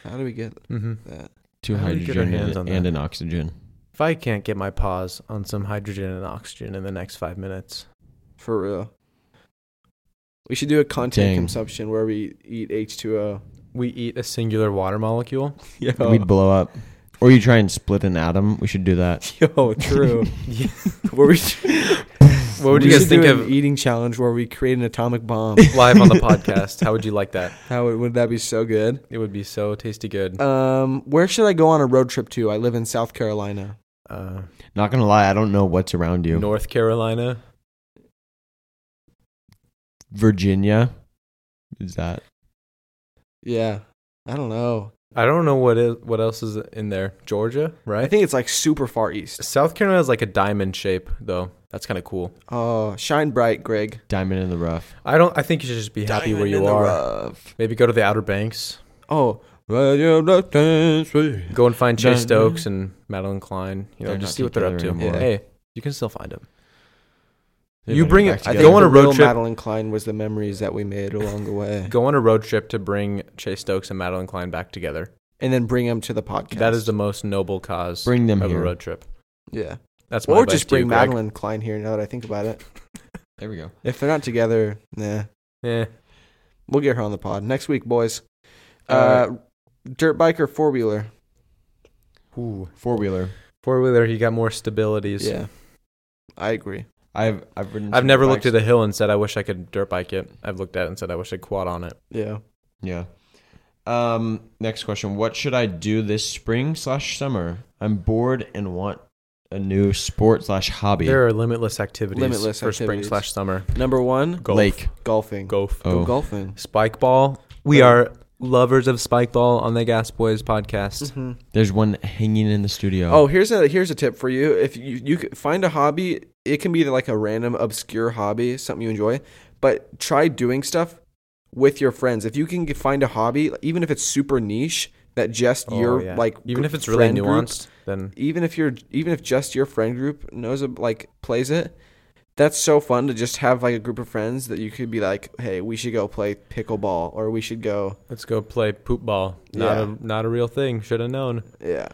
Speaker 2: How do we get
Speaker 1: hmm
Speaker 2: that?
Speaker 3: Two
Speaker 1: How do we get our
Speaker 3: hydrogen
Speaker 1: hands on
Speaker 3: and,
Speaker 1: that?
Speaker 3: and an oxygen.
Speaker 1: If I can't get my paws on some hydrogen and oxygen in the next five minutes,
Speaker 2: For real. We should do a content
Speaker 3: Dang.
Speaker 2: consumption where we eat
Speaker 3: (laughs)
Speaker 2: H2O.
Speaker 1: we eat a singular water
Speaker 2: (laughs)
Speaker 1: molecule.
Speaker 2: Yo,
Speaker 3: We'd blow up. Or you try and split an atom. We should do that.
Speaker 1: Oh,
Speaker 3: (laughs)
Speaker 2: yo true.
Speaker 1: Yeah.
Speaker 2: where we,
Speaker 1: What would
Speaker 2: we
Speaker 1: you guys
Speaker 2: should do
Speaker 1: think
Speaker 2: an
Speaker 1: of
Speaker 2: eating challenge where we create an atomic bomb.
Speaker 1: (laughs) live on the podcast? How would you like that?
Speaker 2: How would, would that be so good?
Speaker 1: It would be so tasty good.
Speaker 2: Um, where should I go on a road trip to? I live in South Carolina.
Speaker 1: Uh,
Speaker 3: Not gonna lie, I don't know what's around you.
Speaker 1: North Carolina.
Speaker 3: Virginia. Is that
Speaker 2: Yeah. I don't know.
Speaker 1: I don't know what is, what else is in there. Georgia,
Speaker 2: I
Speaker 1: right?
Speaker 2: think it's like super far east.
Speaker 1: South Carolina is like a diamond shape, though. That's kind of cool.
Speaker 2: Oh, shine bright, Greg.
Speaker 3: diamond in the rough?
Speaker 1: I don't. I think you should just be happy where you are. Maybe go to the Outer Banks.
Speaker 2: Oh. Radio Left Hand Street.
Speaker 1: Go and find Chase
Speaker 3: Dun, dun.
Speaker 1: Stokes and Madeline Klein. You know,
Speaker 3: They're
Speaker 1: just
Speaker 3: not
Speaker 1: see what they're up to.
Speaker 3: together anymore.
Speaker 1: Hey, you can still find them.
Speaker 3: They
Speaker 1: You
Speaker 3: better
Speaker 1: bring
Speaker 3: get
Speaker 1: it-
Speaker 3: back
Speaker 1: Go
Speaker 2: I think
Speaker 3: together.
Speaker 1: on a
Speaker 2: the
Speaker 1: road
Speaker 2: real
Speaker 1: trip-
Speaker 2: Madeline Klein was the memories that we made along the way,
Speaker 1: Go on a road trip to bring Chase Stokes and Madeline Klein back together.
Speaker 2: and then bring them to the podcast.
Speaker 1: That is the most noble cause
Speaker 3: Bring them
Speaker 1: of
Speaker 3: here.
Speaker 1: a road trip.
Speaker 2: yeah.
Speaker 1: That's my
Speaker 2: Or
Speaker 1: advice
Speaker 2: just
Speaker 1: to you,
Speaker 2: bring
Speaker 1: Greg.
Speaker 2: Madeline Klein here. Now that I think
Speaker 1: (laughs)
Speaker 2: about it,
Speaker 3: There we go.
Speaker 2: if they're not together, nah,
Speaker 1: Eh,
Speaker 2: we'll get her on the pod next week, boys. Uh, dirt bike or four wheeler?
Speaker 3: Four wheeler.
Speaker 1: Four wheeler, you got more stabilities.
Speaker 2: Yeah, I agree.
Speaker 3: I've I've ridden
Speaker 1: I've
Speaker 3: some
Speaker 1: never
Speaker 3: bikes.
Speaker 1: looked at a hill and said I wish I could dirt bike it. I've looked at it and said I wish I'd quad on it.
Speaker 2: Yeah.
Speaker 3: Yeah. Um. Next question: What should I do this spring slash summer? I'm bored and want a new sport slash hobby.
Speaker 1: There are limitless activities
Speaker 2: Limitless
Speaker 1: for spring
Speaker 2: activities.
Speaker 1: slash summer.
Speaker 2: Number one,
Speaker 1: Golf.
Speaker 3: Lake.
Speaker 2: golfing.
Speaker 1: Golf.
Speaker 2: Go
Speaker 3: Oh.
Speaker 2: golfing.
Speaker 1: Spike ball.
Speaker 2: Oh.
Speaker 1: We are lovers of spike ball on the Gas Boys podcast.
Speaker 2: Mhm.
Speaker 3: There's one hanging in the studio.
Speaker 2: Oh, here's a here's a tip for you. If you you c- find a hobby, it can be like a random obscure hobby, something you enjoy, but try doing stuff with your friends. If you can g- find a hobby, even if it's super niche, that just
Speaker 1: Oh,
Speaker 2: your
Speaker 1: yeah.
Speaker 2: like
Speaker 1: even
Speaker 2: gr-
Speaker 1: if it's really
Speaker 2: friend group-
Speaker 1: nuanced, then
Speaker 2: even if you're even if just your friend group knows ab- like plays it, that's so fun to just have like a group of friends that you could be like, hey, we should go play pickleball or we should go
Speaker 1: let's go play poop ball. Not
Speaker 2: Yeah.
Speaker 1: a not a real thing. Should have known.
Speaker 2: yeah.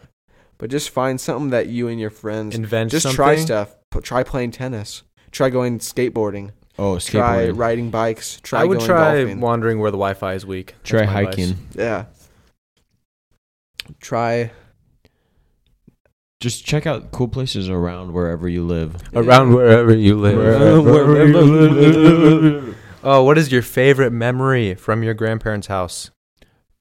Speaker 2: But just find something that you and your friends
Speaker 1: Invent
Speaker 2: just
Speaker 1: something.
Speaker 2: try stuff. P- try playing tennis. Try going skateboarding.
Speaker 3: oh,
Speaker 2: Try
Speaker 3: skateboarding. Try,
Speaker 2: riding bikes. Try
Speaker 1: I would
Speaker 2: going
Speaker 1: try
Speaker 2: golfing.
Speaker 1: wandering where the Wi-Fi is weak. That's my advice.
Speaker 3: hiking.
Speaker 1: (laughs)
Speaker 2: yeah. Try
Speaker 3: Just check out cool places around wherever you live.
Speaker 1: around wherever you live.
Speaker 3: Wherever you live.
Speaker 1: Oh, what is your favorite memory from your grandparents' house?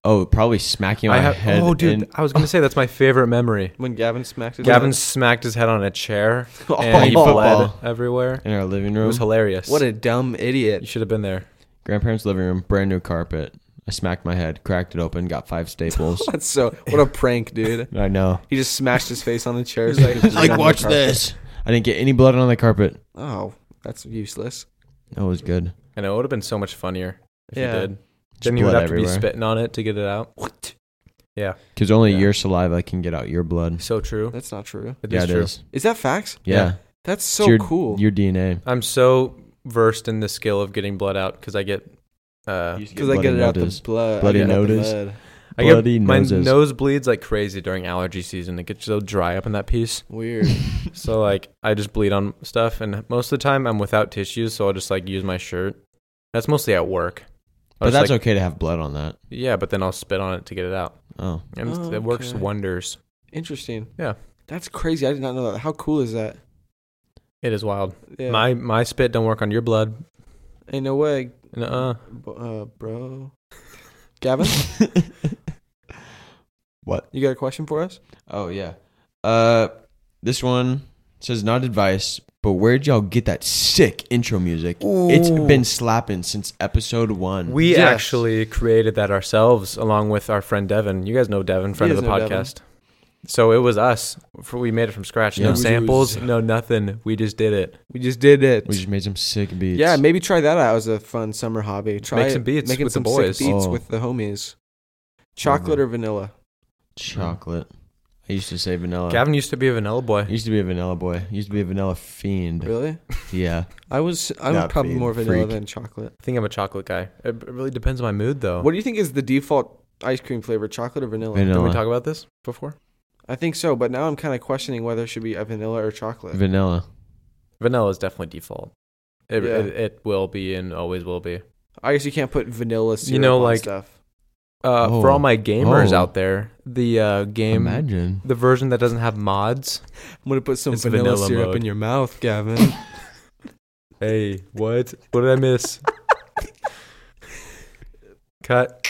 Speaker 3: Oh, probably smacking my
Speaker 1: I have,
Speaker 3: head.
Speaker 1: oh, dude,
Speaker 3: in-
Speaker 1: I was gonna say that's my favorite
Speaker 2: (laughs)
Speaker 1: memory.
Speaker 2: When Gavin smacked his
Speaker 1: Gavin smacked his head on a chair
Speaker 2: (laughs) Oh.
Speaker 1: and he bled
Speaker 3: Football.
Speaker 1: everywhere.
Speaker 3: in our living
Speaker 1: It
Speaker 3: room.
Speaker 1: was hilarious.
Speaker 2: What a dumb
Speaker 1: you
Speaker 2: idiot.
Speaker 1: should have been there.
Speaker 3: Grandparents' living room, brand new carpet. I smacked my head, cracked it open, got five
Speaker 1: (laughs)
Speaker 3: staples.
Speaker 2: (laughs) That's so. What a prank, dude.
Speaker 3: I know.
Speaker 2: He just smashed his face on the chair. so he
Speaker 3: (laughs)
Speaker 2: could just lay on the carpet.
Speaker 3: I didn't get any blood on the carpet.
Speaker 2: Oh, that's useless.
Speaker 3: That was good.
Speaker 1: And it would have been so much funnier if
Speaker 2: Yeah.
Speaker 1: you did.
Speaker 3: Just
Speaker 1: Then you would
Speaker 3: blood
Speaker 1: have to
Speaker 3: everywhere.
Speaker 1: be spitting on it to get it out. What? Yeah,
Speaker 3: Because only
Speaker 1: Yeah.
Speaker 3: your saliva can get out your blood.
Speaker 1: so true.
Speaker 2: That's not true.
Speaker 1: It is
Speaker 3: yeah, it
Speaker 1: true.
Speaker 3: is.
Speaker 2: Is that facts?
Speaker 3: Yeah.
Speaker 1: Yeah.
Speaker 3: It's
Speaker 2: That's so
Speaker 3: your,
Speaker 2: cool.
Speaker 3: Your DNA.
Speaker 1: I'm so versed in the skill of getting blood out because I get, uh,
Speaker 2: Because I get it out the
Speaker 3: Bloody
Speaker 2: blood. I
Speaker 3: Bloody
Speaker 2: get it out the
Speaker 3: notice.
Speaker 2: mud.
Speaker 1: I get
Speaker 3: Bloody
Speaker 1: my
Speaker 3: noses.
Speaker 1: nose bleeds like crazy during allergy season. It gets so dry up in that piece.
Speaker 2: Weird.
Speaker 1: So like I just bleed on stuff, and most of the time I'm without tissues, so I'll just like use my shirt. That's mostly at work. I'll
Speaker 3: But
Speaker 1: just,
Speaker 3: that's
Speaker 1: like,
Speaker 3: okay to have blood on that.
Speaker 1: yeah, but then I'll spit on it to get it out,
Speaker 3: Oh.
Speaker 1: and it's-
Speaker 2: Oh,
Speaker 1: it works
Speaker 2: okay.
Speaker 1: wonders.
Speaker 2: Interesting.
Speaker 1: Yeah.
Speaker 2: That's crazy. I did not know that. How cool is that?
Speaker 1: It is wild.
Speaker 2: Yeah.
Speaker 1: My my spit don't work on your blood.
Speaker 2: Ain't no way,
Speaker 1: Uh,
Speaker 2: b- uh, bro. Gavin,
Speaker 3: what?
Speaker 2: you got a question for us?
Speaker 3: (laughs) Oh, yeah. Uh, This one says, not advice, but where'd y'all get that sick intro music? It's been slapping since episode one.
Speaker 1: we
Speaker 2: Yes.
Speaker 1: actually created that ourselves along with our friend Devin. You guys know Devin, friend of
Speaker 2: guys
Speaker 1: the
Speaker 2: know Devin.
Speaker 1: podcast. So it was us. For, we made it from scratch.
Speaker 3: Yeah.
Speaker 1: No samples, no nothing. We just did it.
Speaker 2: We just did it.
Speaker 3: We just made some sick beats.
Speaker 2: yeah, maybe try that out as a fun summer hobby. Try
Speaker 1: some beats
Speaker 2: making
Speaker 1: with the
Speaker 2: some
Speaker 1: boys. Oh,
Speaker 2: Sick beats
Speaker 3: Oh.
Speaker 2: with the homies. Chocolate
Speaker 3: Mhm.
Speaker 2: or vanilla?
Speaker 3: Chocolate. I used to say vanilla.
Speaker 1: Gavin used to be a vanilla
Speaker 3: I
Speaker 1: boy.
Speaker 3: used to be a vanilla boy. I used to be a vanilla fiend.
Speaker 2: Really?
Speaker 3: Yeah.
Speaker 2: I was. I'm
Speaker 3: Nah,
Speaker 2: probably
Speaker 3: fiend,
Speaker 2: more vanilla
Speaker 3: freak.
Speaker 2: than chocolate.
Speaker 1: I think I'm a chocolate guy. It it really depends on my mood though.
Speaker 2: What do you think is the default ice cream flavor? Chocolate or vanilla?
Speaker 3: Vanilla.
Speaker 1: Did we talk about this before?
Speaker 2: I think so, but now I'm kind of questioning whether it should be a vanilla or chocolate.
Speaker 3: Vanilla.
Speaker 1: Vanilla is definitely default. It,
Speaker 2: Yeah.
Speaker 1: it, it will be and always will be.
Speaker 2: I guess you can't put vanilla syrup
Speaker 1: know,
Speaker 2: on
Speaker 1: like-
Speaker 2: stuff.
Speaker 1: Uh,
Speaker 3: Oh.
Speaker 1: For all my gamers
Speaker 3: Oh.
Speaker 1: out there, the uh, game,
Speaker 3: Imagine.
Speaker 1: the version that doesn't have mods.
Speaker 2: I'm gonna put some
Speaker 1: It's
Speaker 2: vanilla,
Speaker 1: vanilla
Speaker 2: syrup
Speaker 1: mode.
Speaker 2: in your mouth, Gavin.
Speaker 1: (laughs) Hey, what? What did I miss? Cut.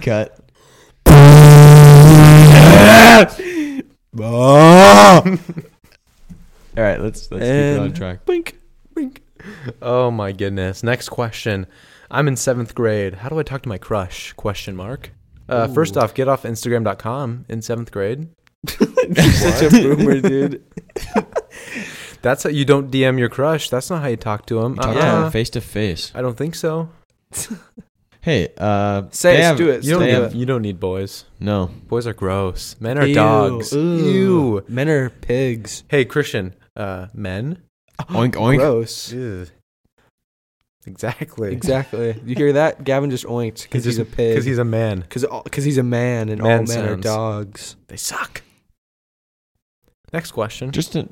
Speaker 3: Cut. (laughs) All Ah! right, let's let's keep it on
Speaker 2: And-
Speaker 3: track.
Speaker 2: (laughs) Blink.
Speaker 1: Oh my goodness. Next question. I'm in seventh grade. How do I talk to my crush? Question mark. Uh, first
Speaker 2: Ooh.
Speaker 1: off, get off Instagram.com in seventh grade.
Speaker 2: You're such a
Speaker 1: (laughs)
Speaker 2: boomer, dude.
Speaker 1: That's how you don't DM your crush. That's not how you talk to him.
Speaker 3: You talk
Speaker 1: Uh-uh.
Speaker 3: to
Speaker 2: Uh-huh.
Speaker 3: them face to face.
Speaker 1: I don't think so.
Speaker 3: Hey, uh,
Speaker 2: Say
Speaker 3: they
Speaker 2: it,
Speaker 3: have-
Speaker 2: do it.
Speaker 1: You don't.
Speaker 3: They
Speaker 2: do
Speaker 1: Need,
Speaker 3: have-
Speaker 1: you don't need boys.
Speaker 3: No,
Speaker 1: Boys are gross. Men are dogs. Ew.
Speaker 2: Men are pigs.
Speaker 1: Hey, Christian, uh, men?
Speaker 3: oink oink.
Speaker 2: Gross.
Speaker 1: Exactly.
Speaker 2: Exactly. You hear that? Gavin just oinked because he's a pig.
Speaker 1: Because he's a man.
Speaker 2: because he's a man and all
Speaker 1: Man
Speaker 2: men are
Speaker 1: sounds.
Speaker 2: dogs.
Speaker 1: They suck. Next question.
Speaker 3: Just a,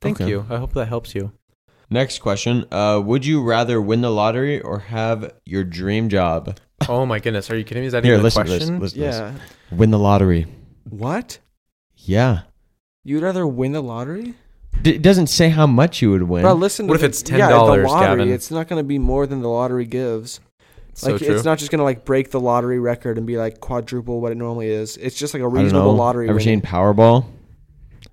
Speaker 1: Thank
Speaker 3: okay.
Speaker 1: you. I hope that helps you.
Speaker 3: Next question. Uh, would you rather win the lottery or have your dream job?
Speaker 1: (laughs) Oh my goodness. Are you kidding me? Is that
Speaker 3: Here,
Speaker 1: even a
Speaker 3: listen to this.
Speaker 1: question?
Speaker 3: Listen to this.
Speaker 2: Yeah.
Speaker 3: Win the lottery.
Speaker 2: What?
Speaker 3: Yeah.
Speaker 2: You'd rather win the lottery?
Speaker 3: D- it doesn't say how much you would win.
Speaker 2: Bro, listen.
Speaker 1: What
Speaker 2: to
Speaker 1: if it's
Speaker 2: the, yeah, the
Speaker 1: $10,
Speaker 2: lottery,
Speaker 1: Gavin?
Speaker 2: It's not going to be more than the lottery gives.
Speaker 1: so
Speaker 2: Like,
Speaker 1: true.
Speaker 2: it's not just going to like break the lottery record and be like quadruple what it normally is. It's just like a
Speaker 3: I don't know.
Speaker 2: reasonable lottery.
Speaker 3: Ever seen
Speaker 2: winning.
Speaker 3: Powerball?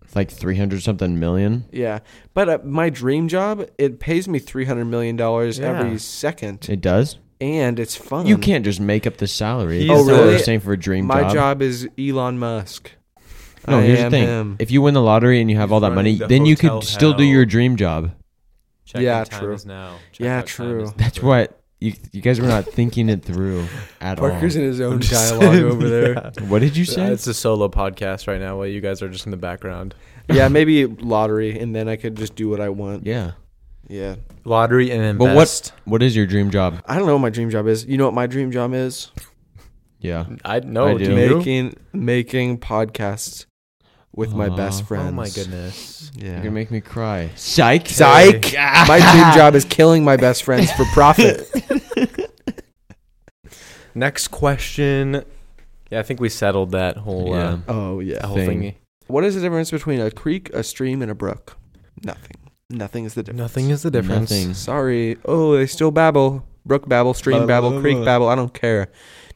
Speaker 3: It's like three hundred something million.
Speaker 2: Yeah, but uh, my dream job it pays me three hundred million dollars
Speaker 1: Yeah.
Speaker 2: every second,
Speaker 3: It does.
Speaker 2: and it's fun.
Speaker 3: you can't just make up the salary.
Speaker 1: He's
Speaker 2: Oh,
Speaker 3: That's what
Speaker 2: really?
Speaker 3: we're saying for a dream
Speaker 2: Hmm. My job.
Speaker 3: job.
Speaker 2: is Elon Musk.
Speaker 3: No,
Speaker 2: I
Speaker 3: here's the
Speaker 2: am
Speaker 3: thing.
Speaker 2: him.
Speaker 3: If you win the lottery and you have all that
Speaker 1: Running
Speaker 3: money,
Speaker 1: the
Speaker 3: then you
Speaker 1: hotel
Speaker 3: could still do
Speaker 1: hell.
Speaker 3: your dream job.
Speaker 1: Check-in
Speaker 2: Yeah,
Speaker 1: time
Speaker 2: true.
Speaker 1: is now.
Speaker 2: Yeah,
Speaker 1: Checkout time
Speaker 2: true.
Speaker 1: is now.
Speaker 3: That's what you you guys were not thinking it through at
Speaker 2: Parker's
Speaker 3: all.
Speaker 2: in his
Speaker 3: (laughs)
Speaker 2: own dialogue over there.
Speaker 1: Yeah.
Speaker 3: what did you say?
Speaker 1: It's a solo podcast right now while you guys are just in the background.
Speaker 2: Yeah. maybe lottery, and then I could just do what I want.
Speaker 3: yeah.
Speaker 2: Yeah,
Speaker 1: Lottery and invest.
Speaker 3: But what what is your dream job?
Speaker 2: I don't know what my dream job is. You know what my dream job is?
Speaker 3: Yeah.
Speaker 1: I know.
Speaker 3: I
Speaker 1: do.
Speaker 3: do.
Speaker 1: you?
Speaker 2: Making making podcasts with my best
Speaker 3: Aw.
Speaker 2: friends.
Speaker 1: Oh my goodness.
Speaker 2: Yeah.
Speaker 3: You're gonna make me cry. Psych.
Speaker 2: Psych.
Speaker 1: Hey.
Speaker 2: (laughs) my
Speaker 3: (laughs)
Speaker 2: dream job is killing my best friends for profit.
Speaker 1: Next question. Yeah, I think we settled that whole
Speaker 3: Yeah.
Speaker 1: uh,
Speaker 2: oh
Speaker 1: that
Speaker 2: yeah.
Speaker 1: whole
Speaker 3: Thing.
Speaker 1: thingy.
Speaker 2: What is the difference between a creek, a stream, and a brook? Nothing. Nothing is the difference.
Speaker 1: Nothing is the difference.
Speaker 3: Nothing.
Speaker 2: Sorry. Oh, they still babble. brook babble, stream babble, creek babble. I don't care.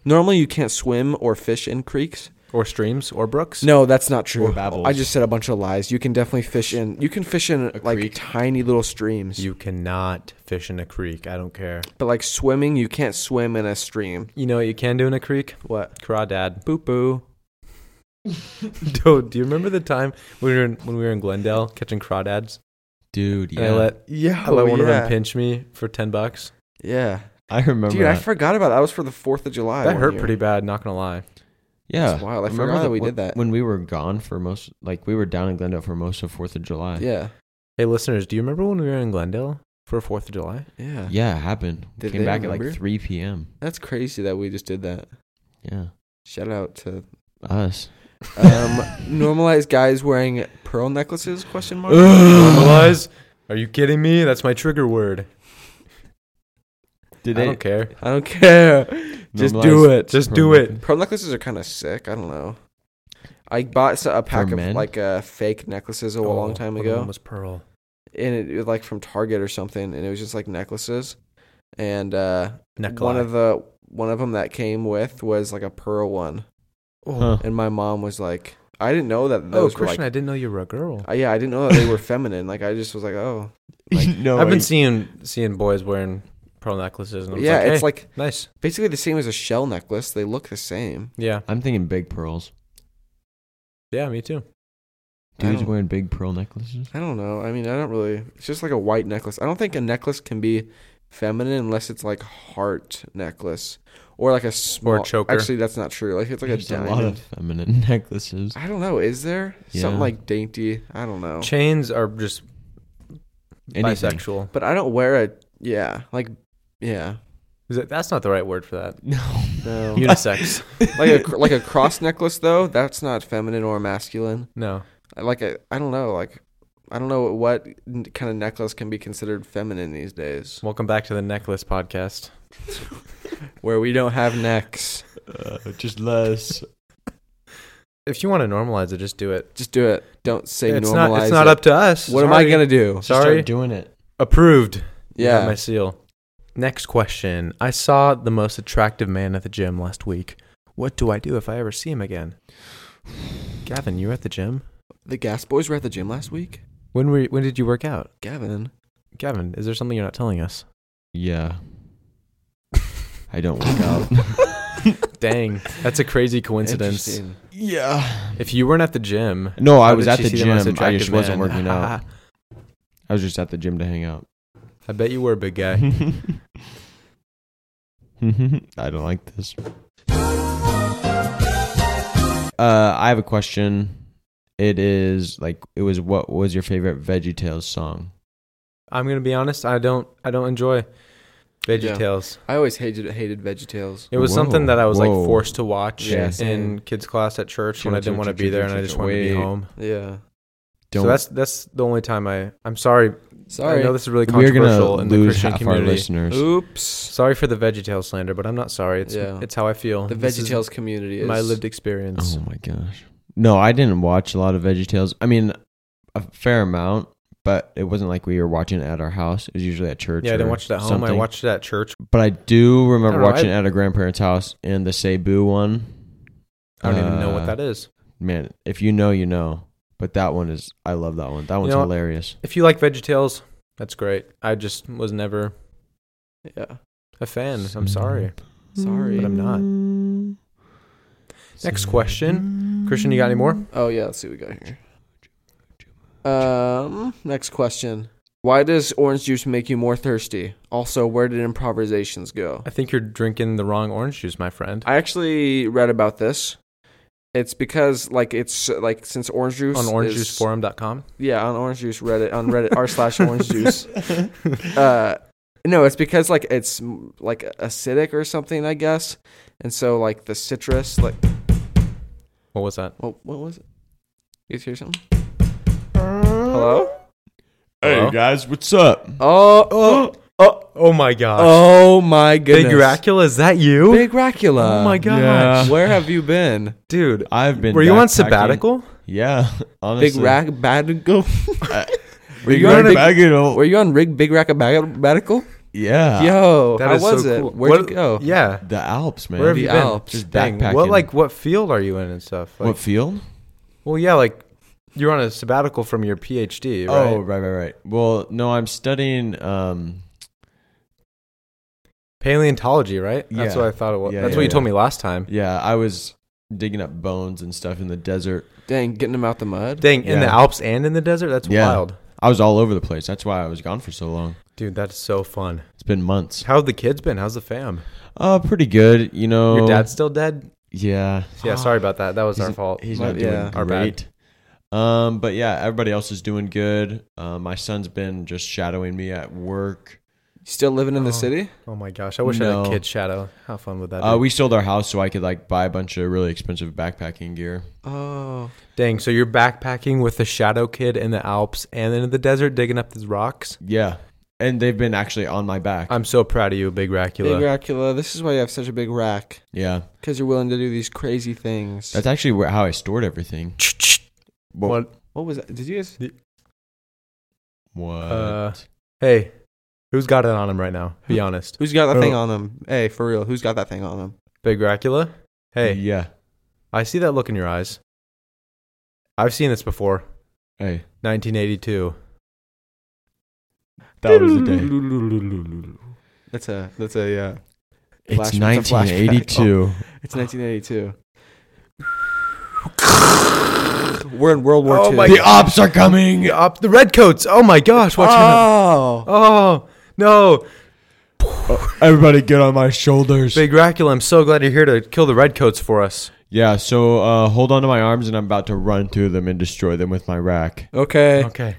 Speaker 2: Normally, you can't swim or fish in creeks.
Speaker 1: or streams or brooks.
Speaker 2: No, that's not true.
Speaker 3: Or babbles.
Speaker 2: I just said a bunch of lies. You can definitely fish in. You can fish in like
Speaker 3: creek.
Speaker 2: tiny little streams,
Speaker 1: you cannot fish in a creek. I don't care.
Speaker 2: but like swimming, you can't swim in a stream.
Speaker 1: You know what you can do in a creek? (laughs)
Speaker 2: What?
Speaker 1: Crawdad.
Speaker 2: Boo boo.
Speaker 1: Dude, do you remember the time when we were in, when we were in Glendale catching crawdads?
Speaker 3: dude. Yeah,
Speaker 1: And I let
Speaker 2: Yeah.
Speaker 1: I let one of
Speaker 2: Oh, yeah.
Speaker 1: them pinch me for ten bucks.
Speaker 2: Yeah.
Speaker 3: I remember.
Speaker 2: Dude, I
Speaker 3: that.
Speaker 2: forgot about that. That was for the Fourth of July.
Speaker 1: That
Speaker 2: one
Speaker 1: hurt
Speaker 2: year.
Speaker 1: pretty bad. Not gonna lie.
Speaker 3: yeah,
Speaker 2: That's wild. I
Speaker 3: remember
Speaker 2: forgot that
Speaker 3: the-
Speaker 2: we did
Speaker 3: when-
Speaker 2: that.
Speaker 3: when we were gone for most. Like we were down in Glendale for most of Fourth of July.
Speaker 2: Yeah.
Speaker 1: Hey, listeners, do you remember when we were in Glendale for Fourth of July?
Speaker 2: Yeah.
Speaker 3: yeah, it happened.
Speaker 2: Did
Speaker 3: Came
Speaker 2: they
Speaker 3: back at like
Speaker 2: remember?
Speaker 3: three p.m.
Speaker 2: That's crazy that we just did that.
Speaker 3: Yeah,
Speaker 2: Shout out to
Speaker 3: us.
Speaker 1: (laughs)
Speaker 2: um, (laughs)
Speaker 3: (laughs)
Speaker 2: normalized guys wearing pearl necklaces? Question
Speaker 1: (sighs)
Speaker 2: mark.
Speaker 1: (gasps) Normalize? Are you kidding me? That's my trigger word.
Speaker 3: Did
Speaker 1: I
Speaker 3: they
Speaker 1: don't care.
Speaker 2: I don't care. Just do it.
Speaker 1: Just
Speaker 2: (laughs)
Speaker 1: do it.
Speaker 2: Pearl necklaces are kind of sick. I don't know. I bought s- a pack of
Speaker 3: men?
Speaker 2: like uh, fake necklaces a long time
Speaker 1: one of
Speaker 2: ago,
Speaker 1: Oh, them was Pearl.
Speaker 2: and it, was like from Target or something, and it was just like necklaces. And uh,
Speaker 1: Necklace.
Speaker 2: one of the one of them that came with was like a pearl one,
Speaker 3: Huh.
Speaker 2: and my mom was like, I didn't know that
Speaker 1: oh,
Speaker 2: those were
Speaker 1: Christian,
Speaker 2: like,
Speaker 1: I didn't know you were a girl.
Speaker 2: Uh, yeah, I didn't know that they were (laughs) feminine. Like I just was like, oh,
Speaker 3: (laughs) no,
Speaker 1: I've
Speaker 3: I-
Speaker 1: been seeing seeing boys wearing pearl necklaces, and I was
Speaker 2: yeah,
Speaker 1: like,
Speaker 2: it's
Speaker 1: hey,
Speaker 2: like
Speaker 1: nice.
Speaker 2: basically the same as a shell necklace. They look the same.
Speaker 1: Yeah,
Speaker 3: I'm thinking big pearls.
Speaker 1: yeah, me too.
Speaker 2: I
Speaker 3: Dudes
Speaker 2: don't-
Speaker 3: wearing big pearl necklaces.
Speaker 2: I don't know. I mean, I don't really. It's just like a white necklace. I don't think a necklace can be feminine unless it's like heart necklace or like a small
Speaker 1: choker.
Speaker 2: Actually, that's not true. Like it's like
Speaker 3: There's
Speaker 2: a
Speaker 3: a
Speaker 2: diamond.
Speaker 3: lot of feminine (laughs) necklaces.
Speaker 2: I don't know. Is there
Speaker 3: Yeah.
Speaker 2: something like dainty? I don't know.
Speaker 1: Chains are just
Speaker 3: Anything.
Speaker 1: bisexual.
Speaker 2: But I don't wear a yeah. Like yeah.
Speaker 1: Is that, that's not the right word for that.
Speaker 3: No.
Speaker 2: (laughs) No.
Speaker 1: Unisex.
Speaker 2: like a cr- like
Speaker 1: (laughs)
Speaker 2: a cross necklace though. That's not feminine or masculine.
Speaker 1: no.
Speaker 2: Like I I don't know. Like I don't know what n- kind of necklace can be considered feminine these days,
Speaker 1: Welcome back to the necklace podcast.
Speaker 2: where we don't have necks.
Speaker 3: (laughs) Uh, just less.
Speaker 1: If you want to normalize it, just do it.
Speaker 2: Just do it. Don't say
Speaker 1: it's
Speaker 2: normalize.
Speaker 1: not. It's not
Speaker 2: it.
Speaker 1: up to us.
Speaker 2: What am I
Speaker 1: Sorry.
Speaker 2: gonna do?
Speaker 1: Sorry.
Speaker 3: Start doing it.
Speaker 1: Approved. You have
Speaker 2: Yeah.
Speaker 1: my seal. Next question. I saw the most attractive man at the gym last week. What do I do if I ever see him again? Gavin, you were at the gym.
Speaker 2: The Gas Boys were at the gym last week.
Speaker 1: When were? When did you work out?
Speaker 2: Gavin.
Speaker 1: Gavin, is there something you're not telling us? (laughs)
Speaker 3: Yeah. I don't work out.
Speaker 2: (laughs)
Speaker 1: Dang, that's a crazy coincidence.
Speaker 2: Interesting.
Speaker 3: yeah.
Speaker 1: If you weren't at the gym,
Speaker 3: No, I
Speaker 1: how
Speaker 3: was
Speaker 1: did
Speaker 3: at
Speaker 1: she
Speaker 3: the
Speaker 1: see most
Speaker 3: gym. I
Speaker 1: attractive
Speaker 3: just wasn't
Speaker 1: man?
Speaker 3: working
Speaker 2: (laughs)
Speaker 3: out. I was just at the gym to hang out.
Speaker 1: I bet you were, big
Speaker 3: (laughs)
Speaker 1: guy.
Speaker 3: Mm-hmm. I don't like this. Uh, I have a question. It is like it was. What was your favorite VeggieTales song?
Speaker 1: I'm gonna be honest. I don't. I don't enjoy Veggie
Speaker 2: Yeah.
Speaker 1: Tales.
Speaker 2: I always hated hated VeggieTales.
Speaker 1: It was
Speaker 3: Whoa,
Speaker 1: something that I was
Speaker 3: whoa.
Speaker 1: like forced to watch
Speaker 2: Yeah,
Speaker 1: in
Speaker 2: same.
Speaker 1: kids class at church
Speaker 3: Chill,
Speaker 1: when I
Speaker 3: chill,
Speaker 1: didn't want to
Speaker 3: chill,
Speaker 1: be there
Speaker 3: chill,
Speaker 1: and I
Speaker 3: chill,
Speaker 1: just
Speaker 3: chill.
Speaker 1: wanted to be
Speaker 3: Wait.
Speaker 1: home.
Speaker 2: Yeah.
Speaker 3: Don't.
Speaker 1: So that's that's the only time I. I'm sorry.
Speaker 2: Sorry.
Speaker 1: I know this is really
Speaker 3: we're gonna
Speaker 1: controversial in the
Speaker 3: lose
Speaker 1: Christian
Speaker 3: half our
Speaker 1: community.
Speaker 3: listeners.
Speaker 2: Oops.
Speaker 1: Sorry for the VeggieTales slander, but I'm not sorry. It's
Speaker 2: Yeah.
Speaker 1: it's how I feel.
Speaker 2: The
Speaker 1: This is
Speaker 2: VeggieTales community is
Speaker 1: my lived experience.
Speaker 3: Oh my gosh. No, I didn't watch a lot of VeggieTales. I mean, a fair amount, but it wasn't like we were watching it at our house. It was usually at church.
Speaker 1: Yeah, I
Speaker 3: or
Speaker 1: didn't watch it at home. I
Speaker 3: something.
Speaker 1: watched it at church.
Speaker 3: but I do remember
Speaker 1: I don't know,
Speaker 3: watching
Speaker 1: I-
Speaker 3: it at a grandparents' house and the Cebu one.
Speaker 1: I don't even know
Speaker 3: Uh,
Speaker 1: what that is.
Speaker 3: Man, if you know, you know. But that one is, I love that one. That one's
Speaker 1: know what?
Speaker 3: hilarious.
Speaker 1: If you like VeggieTales, that's great. I just was never
Speaker 2: Yeah.
Speaker 1: a fan. I'm sorry.
Speaker 2: Sorry.
Speaker 1: But I'm
Speaker 3: not.
Speaker 1: Next question. Christian, you got any more?
Speaker 2: Oh yeah. Let's see what we got here. Um. Next question. Why does orange juice make you more thirsty? Also, where did improvisations go?
Speaker 1: I think you're drinking the wrong orange juice, my friend.
Speaker 2: I actually read about this. It's because like it's like since orange juice
Speaker 1: on
Speaker 2: is-
Speaker 1: orangejuiceforum.com.
Speaker 2: Yeah, on Orange Juice Reddit, on
Speaker 1: (laughs)
Speaker 2: Reddit r slash Orange Juice. Uh, no, it's because like it's mm, like acidic or something, I guess. And so like the citrus, like
Speaker 1: What was that?
Speaker 2: what what was it? You guys hear something? Hello?
Speaker 1: Hello?
Speaker 3: guys, what's up?
Speaker 2: Oh
Speaker 1: Oh,
Speaker 2: (gasps) oh
Speaker 1: oh, oh my gosh.
Speaker 2: oh my
Speaker 1: Big
Speaker 2: goodness!
Speaker 1: Dracula, is that you?
Speaker 2: Big Dracula!
Speaker 1: Oh my gosh.
Speaker 3: Yeah.
Speaker 2: Where have you been?
Speaker 1: Dude,
Speaker 3: I've been.
Speaker 1: were you on
Speaker 3: backpacking.
Speaker 1: sabbatical?
Speaker 3: Yeah, (laughs) honestly.
Speaker 2: Big rack badical.
Speaker 3: Big
Speaker 2: you on
Speaker 3: rack
Speaker 2: a big-
Speaker 3: bag, you know.
Speaker 2: Were you on rig big rack badical?
Speaker 3: Yeah.
Speaker 2: Yo,
Speaker 1: That
Speaker 2: how
Speaker 1: is
Speaker 2: was
Speaker 1: so
Speaker 2: it?
Speaker 1: cool.
Speaker 2: Where'd
Speaker 1: What-
Speaker 2: you go?
Speaker 1: Yeah.
Speaker 3: The Alps, man.
Speaker 1: Where have
Speaker 2: the
Speaker 1: you been?
Speaker 2: Alps.
Speaker 3: Just
Speaker 1: Dang,
Speaker 3: backpacking.
Speaker 1: What like what field are you in and stuff? Like,
Speaker 3: what field?
Speaker 1: well, yeah, like you're on a sabbatical from your PhD, right?
Speaker 3: Oh, right, right, right. Well, no, I'm studying. Um,
Speaker 1: Paleontology, right? That's
Speaker 3: Yeah.
Speaker 1: what I thought it was.
Speaker 3: Yeah,
Speaker 1: That's
Speaker 3: yeah,
Speaker 1: what you told me
Speaker 3: yeah.
Speaker 1: last time.
Speaker 3: yeah, I was digging up bones and stuff in the desert.
Speaker 2: Dang, getting him out the mud.
Speaker 1: Dang, in the
Speaker 3: Yeah.
Speaker 1: Alps and in the desert? That's
Speaker 3: Yeah.
Speaker 1: wild.
Speaker 3: I was all over the place. That's why I was gone for so long.
Speaker 1: Dude, that's so fun.
Speaker 3: It's been months.
Speaker 1: How have the kids been? How's the fam?
Speaker 3: Uh, pretty good. You know,
Speaker 1: Your dad's still dead?
Speaker 3: Yeah,
Speaker 1: Yeah, sorry about that. That was
Speaker 3: Um, He's-
Speaker 1: our fault.
Speaker 3: He's
Speaker 2: My-
Speaker 3: not doing
Speaker 2: yeah.
Speaker 1: Our bad.
Speaker 3: great. Um, but yeah, everybody else is doing good. Uh, my son's been just shadowing me at work.
Speaker 2: Still living in
Speaker 1: Oh.
Speaker 2: the city?
Speaker 1: Oh my gosh, I wish I had a
Speaker 3: No.
Speaker 1: kid shadow. How fun would that be?
Speaker 3: Uh, we sold our house so I could like buy a bunch of really expensive backpacking gear.
Speaker 2: Oh,
Speaker 1: Dang, so you're backpacking with the shadow kid in the Alps and in the desert digging up these rocks?
Speaker 3: Yeah, and they've been actually on my back.
Speaker 1: I'm so proud of you, Big Dracula.
Speaker 2: big Dracula. This is why you have such a big rack
Speaker 3: yeah,
Speaker 2: because you're willing to do these crazy things.
Speaker 3: that's actually where, how I stored everything. What?
Speaker 1: What?
Speaker 2: what was that? Did you guys?
Speaker 3: What?
Speaker 1: Uh, Hey, who's got it on him right now? Be honest.
Speaker 2: Who's got that thing
Speaker 1: Oh.
Speaker 2: on him? Hey, for real, who's got that thing on him?
Speaker 1: Big Dracula? Hey,
Speaker 3: Yeah.
Speaker 1: I see that look in your eyes. I've seen this before.
Speaker 3: Hey,
Speaker 1: 1982.
Speaker 3: that
Speaker 1: (laughs)
Speaker 3: was the day.
Speaker 2: That's a that's a yeah.
Speaker 3: It's
Speaker 2: Flashback- it's a flashback.
Speaker 3: 1982.
Speaker 2: It's 1982. (laughs) We're in World War
Speaker 1: Oh
Speaker 2: II.
Speaker 1: my
Speaker 3: The ops are coming.
Speaker 1: Up the redcoats. Oh my gosh, watch out.
Speaker 2: oh,
Speaker 1: Oh, no.
Speaker 3: Everybody, get on my shoulders.
Speaker 1: Big Dracula, I'm so glad you're here to kill the redcoats for us.
Speaker 3: Yeah, so uh, hold on to my arms, and I'm about to run through them and destroy them with my (laughs) rack.
Speaker 2: okay.
Speaker 1: (laughs) Okay.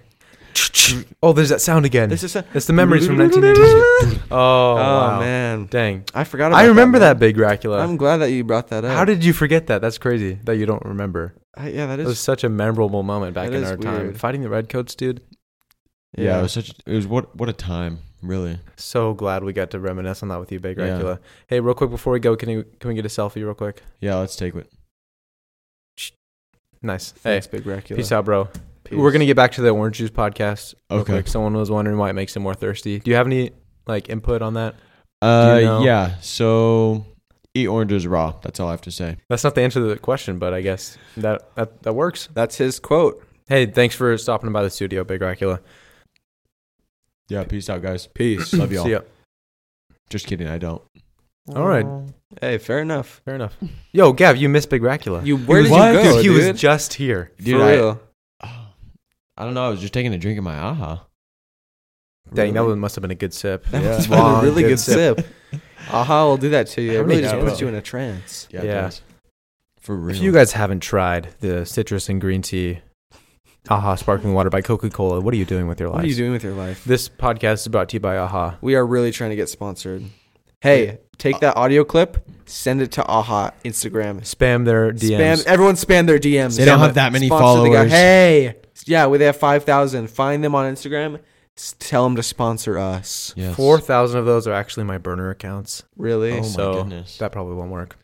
Speaker 1: Oh, there's that sound again.
Speaker 2: This is a-
Speaker 1: it's the memories from (laughs) 1982. Oh,
Speaker 2: (laughs) Oh
Speaker 1: wow.
Speaker 2: man,
Speaker 1: Dang.
Speaker 2: I forgot. About
Speaker 1: I remember
Speaker 2: man.
Speaker 1: that, Big Dracula.
Speaker 2: I'm glad that you brought that up.
Speaker 1: How did Oh, you forget that? That's crazy that you don't remember.
Speaker 2: I, yeah, that
Speaker 1: It
Speaker 2: is
Speaker 1: was such a memorable moment back
Speaker 2: That
Speaker 1: in
Speaker 2: is
Speaker 1: our time.
Speaker 2: weird.
Speaker 1: Fighting the redcoats, dude.
Speaker 3: Yeah, it was such. It was what? What a time, really.
Speaker 1: So glad we got to reminisce on that with you, Big
Speaker 3: Yeah.
Speaker 1: Dracula. Hey, real quick before we go, can you, can we get a selfie real quick?
Speaker 3: Yeah, let's take it.
Speaker 1: Nice. Hey,
Speaker 2: Thanks, Big Dracula.
Speaker 1: peace out, bro.
Speaker 2: Peace.
Speaker 1: We're gonna get back to the orange juice podcast. real
Speaker 3: Okay.
Speaker 1: quick. Someone was wondering why it makes him more thirsty. Do you have any like input on that?
Speaker 3: Uh,
Speaker 1: Do you know-
Speaker 3: yeah. So eat oranges raw. That's all I have to say.
Speaker 1: That's not the answer to the question, but I guess that that, that works.
Speaker 2: That's his quote.
Speaker 1: Hey, thanks for stopping by the studio, Big Dracula.
Speaker 3: Yeah, peace out, guys. (clears throat)
Speaker 2: Peace.
Speaker 3: Love y'all.
Speaker 1: See ya.
Speaker 3: Just kidding, I don't. (gasps)
Speaker 1: All right.
Speaker 2: Hey, fair enough.
Speaker 1: Fair enough. Yo, Gav, you missed Big Dracula.
Speaker 2: You where
Speaker 3: was-
Speaker 2: did
Speaker 3: What?
Speaker 2: you go,
Speaker 1: Dude, he
Speaker 2: dude?
Speaker 1: was just here.
Speaker 3: Dude,
Speaker 2: For
Speaker 3: I-
Speaker 2: real.
Speaker 3: I don't know. I was just taking a drink of my aha.
Speaker 1: Dang, that
Speaker 2: Really?
Speaker 1: was, must have been a good sip.
Speaker 2: That
Speaker 3: Yeah.
Speaker 2: was probably
Speaker 1: Long,
Speaker 2: a really
Speaker 1: good
Speaker 2: good sip. Aha will do that to you.
Speaker 1: How
Speaker 2: It really
Speaker 1: many
Speaker 2: just
Speaker 1: hours?
Speaker 2: puts you in a trance.
Speaker 3: Yeah. it
Speaker 1: Yeah.
Speaker 3: does. For real.
Speaker 1: If you guys haven't tried the citrus and green tea, Aha Sparkling Water by Coca Cola, what are you doing with your life?
Speaker 2: What are you doing with your life?
Speaker 1: This podcast is brought to you by Aha.
Speaker 2: We are really trying to get sponsored. Hey, take that audio clip, send it to Aha Instagram.
Speaker 1: Spam their DMs.
Speaker 2: Spam everyone spam their DMs.
Speaker 3: They don't
Speaker 2: Spam
Speaker 3: have
Speaker 2: it.
Speaker 3: that many
Speaker 2: Sponsor the guy.
Speaker 3: followers.
Speaker 2: Hey, yeah, well, they have five thousand. Find them on Instagram. S- tell them to sponsor us.
Speaker 3: Yes.
Speaker 1: Four thousand of those are actually my burner accounts.
Speaker 2: Really?
Speaker 3: Oh my
Speaker 1: so
Speaker 3: goodness.
Speaker 1: that probably won't work.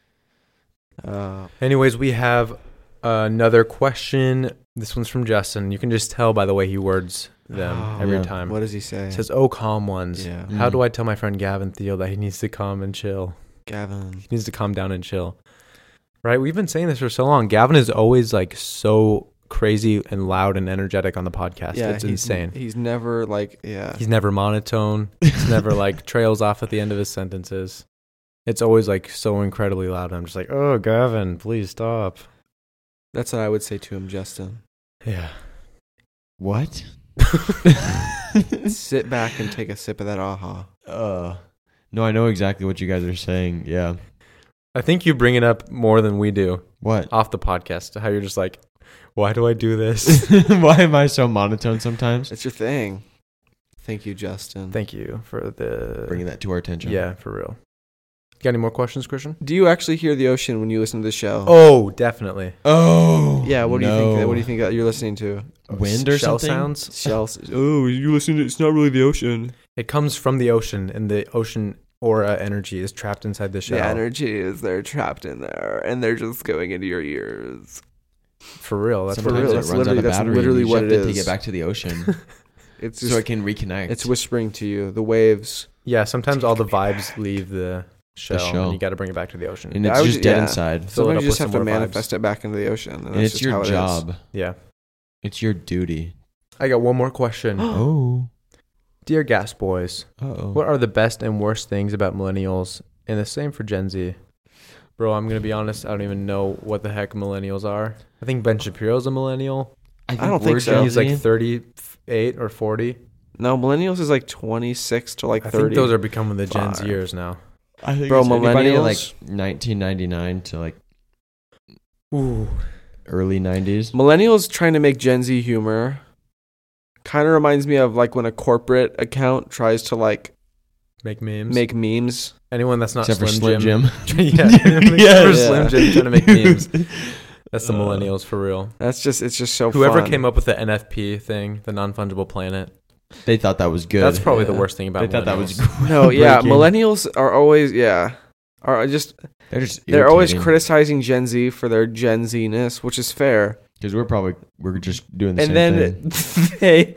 Speaker 2: Uh,
Speaker 1: Anyways, we have another question. This one's from Justin. You can just tell by the way he words them
Speaker 2: Oh,
Speaker 1: every
Speaker 3: yeah.
Speaker 1: time.
Speaker 2: what does he say?
Speaker 1: It says, "Oh, calm ones."
Speaker 2: yeah,
Speaker 1: How
Speaker 3: Mm.
Speaker 1: do I tell my friend Gavin Thiel that he needs to calm and chill?
Speaker 2: Gavin.
Speaker 1: He needs to calm down and chill. Right? We've been saying this for so long. Gavin is always like so crazy and loud and energetic on the podcast.
Speaker 2: Yeah,
Speaker 1: it's
Speaker 2: he's-
Speaker 1: insane.
Speaker 2: He's never like yeah.
Speaker 1: He's never monotone. He's never (laughs) like trails off at the end of his sentences. It's always like so incredibly loud. I'm just like, oh, Gavin, please stop.
Speaker 2: That's what I would say to him, Justin.
Speaker 1: Yeah.
Speaker 3: (laughs) What?
Speaker 2: (laughs) Sit back and take a sip of that aha.
Speaker 3: Uh, no, I know exactly what you guys are saying. Yeah.
Speaker 1: (laughs) I think you bring it up more than we do
Speaker 3: What? (laughs)
Speaker 1: off the podcast. How you're just like, why do I do this?
Speaker 3: Why am I so monotone sometimes?
Speaker 2: It's your thing. Thank you,
Speaker 1: (laughs)
Speaker 2: Justin.
Speaker 1: Thank you for the.
Speaker 3: Bringing that to our attention.
Speaker 1: yeah, for real. Got any more questions, Christian?
Speaker 2: Do you actually hear the ocean when you listen to the show?
Speaker 1: Oh, definitely.
Speaker 3: Oh.
Speaker 2: yeah. What do you think?
Speaker 3: no.
Speaker 2: That, what do you think that you're listening
Speaker 1: (laughs)
Speaker 2: to?
Speaker 3: Wind or
Speaker 1: Shell
Speaker 3: something?
Speaker 1: sounds.
Speaker 2: Shells. oh, you listen to. It's not really the ocean.
Speaker 1: It comes from the ocean, and the ocean aura energy is trapped inside the shell.
Speaker 2: The energy is they're trapped in there, and they're just going into your ears.
Speaker 1: for real. That's
Speaker 2: For
Speaker 3: Sometimes
Speaker 2: real,
Speaker 3: it
Speaker 2: that's
Speaker 3: runs out
Speaker 2: literally-
Speaker 3: of
Speaker 2: that's
Speaker 3: battery and
Speaker 2: literally
Speaker 3: you
Speaker 2: what
Speaker 3: shift
Speaker 2: it
Speaker 3: To
Speaker 2: is. (laughs)
Speaker 3: get back to the ocean,
Speaker 2: It's just
Speaker 3: so it can reconnect.
Speaker 2: it's whispering to you. The waves
Speaker 1: (laughs) Yeah, sometimes all the vibes leave the shell,
Speaker 3: shell.
Speaker 1: and you got to bring it back to the ocean.
Speaker 3: and
Speaker 2: Yeah,
Speaker 3: it's
Speaker 2: I would-
Speaker 3: just dead
Speaker 2: yeah.
Speaker 3: inside.
Speaker 1: Fill it up
Speaker 2: Sometimes you
Speaker 1: with
Speaker 2: just have
Speaker 1: some more
Speaker 2: to
Speaker 1: vibes.
Speaker 2: manifest it back into the ocean. And, that's
Speaker 3: And it's
Speaker 2: just how
Speaker 3: your
Speaker 2: it is.
Speaker 3: job.
Speaker 1: Yeah.
Speaker 3: It's your
Speaker 2: (gasps)
Speaker 3: duty.
Speaker 1: I got one more
Speaker 3: (gasps)
Speaker 1: question.
Speaker 3: oh.
Speaker 1: Dear Gas Boys,
Speaker 3: Uh-oh.
Speaker 1: what are the best and worst things about millennials? And the same for Gen Z. Bro, I'm going to be honest. I don't even know what the heck millennials are. I think Ben Shapiro's a millennial.
Speaker 2: I don't think
Speaker 3: we're
Speaker 2: so.
Speaker 1: And
Speaker 3: Gen
Speaker 1: he's like
Speaker 3: Z.
Speaker 1: 38 or 40.
Speaker 2: No, millennials is like 26 to like
Speaker 1: I
Speaker 2: 30.
Speaker 1: think those are becoming the Gen
Speaker 2: Five.
Speaker 1: Zers now.
Speaker 3: I think
Speaker 2: Bro,
Speaker 3: it's anybody like
Speaker 2: millennials-
Speaker 3: 1999 to like
Speaker 1: Ooh.
Speaker 3: early 90s.
Speaker 2: Millennials trying to make Gen Z humor kind of reminds me of like when a corporate account tries to like
Speaker 1: Make memes.
Speaker 2: make memes.
Speaker 1: Anyone that's not
Speaker 3: Except for
Speaker 1: Slim,
Speaker 3: Slim
Speaker 1: Jim.
Speaker 3: Jim.
Speaker 1: (laughs)
Speaker 3: (laughs)
Speaker 1: yeah. Except
Speaker 3: Yeah.
Speaker 1: for Slim Jim trying to
Speaker 3: (laughs)
Speaker 1: make memes. That's the
Speaker 3: Uh,
Speaker 1: millennials for real.
Speaker 2: That's just it's just so.
Speaker 1: Whoever
Speaker 2: fun.
Speaker 1: came up with the NFP thing, the non fungible planet,
Speaker 3: They thought that was good.
Speaker 1: that's probably the
Speaker 2: Yeah.
Speaker 1: worst thing about.
Speaker 3: They thought that was
Speaker 1: millennials.
Speaker 2: No, yeah,
Speaker 3: groundbreaking.
Speaker 2: millennials are always yeah are just
Speaker 3: They're just
Speaker 2: they're always
Speaker 3: critical
Speaker 2: criticizing Gen Z for their Gen Z ness, which
Speaker 1: (laughs)
Speaker 2: is fair.
Speaker 3: because we're probably we're just doing the
Speaker 2: and
Speaker 3: same
Speaker 2: then they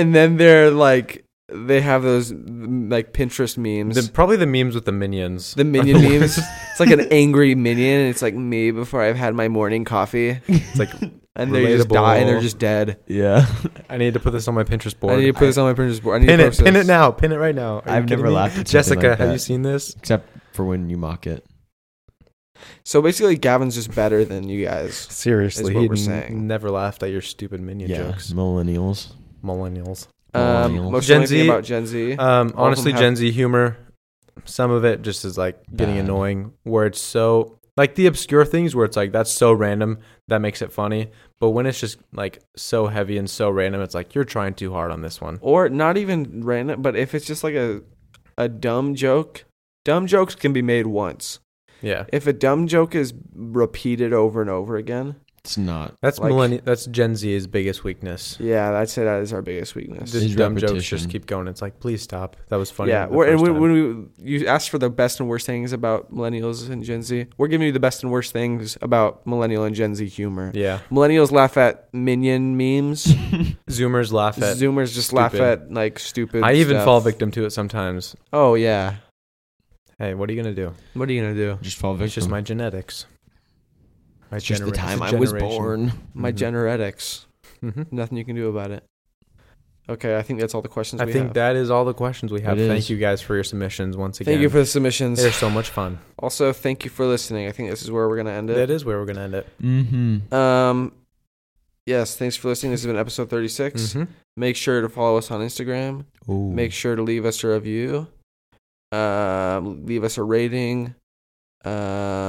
Speaker 2: and then they're like they have those mm, like Pinterest memes.
Speaker 1: The- probably the memes with the minions.
Speaker 2: The
Speaker 1: are (laughs)
Speaker 2: minion memes.
Speaker 1: worst.
Speaker 3: (laughs)
Speaker 2: it's like an angry minion. And it's like me before I've had my morning coffee,
Speaker 3: thing.
Speaker 1: It's like
Speaker 3: (laughs)
Speaker 2: and they just die and they're
Speaker 1: Relatable.
Speaker 2: just dead.
Speaker 3: yeah,
Speaker 1: I need to put this on my Pinterest board.
Speaker 2: I need to put this on my Pinterest board. I need
Speaker 1: pin
Speaker 2: to
Speaker 1: it,
Speaker 2: post
Speaker 1: pin
Speaker 2: this.
Speaker 1: it now, pin it right now. Are you
Speaker 3: I've
Speaker 1: kidding
Speaker 3: never
Speaker 1: me?
Speaker 3: laughed at something
Speaker 1: Jessica,
Speaker 3: like
Speaker 1: have you
Speaker 3: that.
Speaker 1: seen this?
Speaker 3: except for when you mock it.
Speaker 2: So basically, Gavin's just better than you guys.
Speaker 1: Seriously,
Speaker 2: Is what
Speaker 1: he
Speaker 2: we're saying.
Speaker 1: never laughed at your stupid minion
Speaker 3: yeah,
Speaker 1: jokes.
Speaker 3: millennials.
Speaker 1: Millennials.
Speaker 2: Um,
Speaker 3: Millennials.
Speaker 2: most
Speaker 1: Gen
Speaker 2: Gen Z
Speaker 1: Z-
Speaker 2: about Gen Z. (laughs)
Speaker 1: Um,
Speaker 2: them
Speaker 1: honestly,
Speaker 2: have-
Speaker 1: Gen Z humor, some of it just is like getting
Speaker 3: Bad.
Speaker 1: annoying. Where it's so like the obscure things where it's like that's so random that makes it funny. But when it's just like so heavy and so random, it's like you're trying too hard on this one.
Speaker 2: or not even random, but if it's just like a a dumb joke, dumb jokes can be made once.
Speaker 1: Yeah,
Speaker 2: If a dumb joke is repeated over and over again,
Speaker 1: (laughs)
Speaker 3: It's not.
Speaker 1: that's
Speaker 2: Like-
Speaker 1: millennial. That's Gen Z's biggest weakness.
Speaker 2: yeah, I'd say that is our biggest weakness.
Speaker 1: Just
Speaker 3: Is
Speaker 1: dumb jokes
Speaker 3: repetition.
Speaker 1: just keep going. It's like please stop. That was funny.
Speaker 2: yeah,
Speaker 1: the
Speaker 2: we're, and
Speaker 1: first
Speaker 2: when,
Speaker 1: time.
Speaker 2: when we you asked for the best and worst things about millennials and Gen Z, we're giving you the best and worst things about millennial and Gen Z humor.
Speaker 1: yeah,
Speaker 2: Millennials laugh at minion memes.
Speaker 1: Zoomers laugh at.
Speaker 2: Zoomers just laugh
Speaker 1: Stupid.
Speaker 2: at like stupid.
Speaker 1: I even
Speaker 2: stuff.
Speaker 1: fall victim to it sometimes.
Speaker 2: Oh yeah.
Speaker 1: Hey, what are you gonna do?
Speaker 2: What are you gonna do?
Speaker 3: Just fall victim.
Speaker 1: It's just my genetics. My
Speaker 3: It's just the
Speaker 1: genera- it's
Speaker 3: time
Speaker 1: a
Speaker 3: I was
Speaker 1: generation.
Speaker 3: born.
Speaker 2: My
Speaker 1: Mhm.
Speaker 2: generetics.
Speaker 1: Mhm.
Speaker 2: Nothing you can do about it. Okay, I think that's all the questions
Speaker 1: I
Speaker 2: we
Speaker 1: think
Speaker 2: have.
Speaker 1: that is all the questions we have.
Speaker 3: It
Speaker 1: Thank
Speaker 3: is.
Speaker 1: you guys for your submissions once again.
Speaker 2: thank you for the submissions.
Speaker 1: They're so much fun.
Speaker 2: Also, thank you for listening. I think this is where we're gonna end
Speaker 1: That
Speaker 2: it.
Speaker 1: is where we're gonna end it.
Speaker 3: Mm-hmm.
Speaker 2: Um, yes, thanks for listening. This has been episode 36
Speaker 1: Mhm.
Speaker 2: Make sure to follow us on Instagram.
Speaker 3: Ooh.
Speaker 2: Make sure to leave us a review. Um, leave us a rating. Um,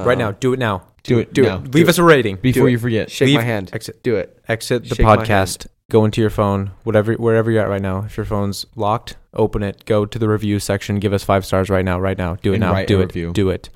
Speaker 1: right now, do it now.
Speaker 3: Oh, do it.
Speaker 2: do it.
Speaker 3: now.
Speaker 1: Leave us a rating.
Speaker 3: before
Speaker 2: it.
Speaker 3: you forget.
Speaker 2: Shake my
Speaker 1: leave-
Speaker 2: hand.
Speaker 1: Exit.
Speaker 2: Do it.
Speaker 1: Exit the
Speaker 2: Shake my
Speaker 1: podcast. Go into your phone, whatever, wherever you're at right now. If your phone's locked, open it. Go to the review section. Give us five stars right now. Right now. Do it
Speaker 3: And
Speaker 1: now.
Speaker 3: write
Speaker 1: Do
Speaker 3: a
Speaker 1: it.
Speaker 3: review.
Speaker 1: Do it.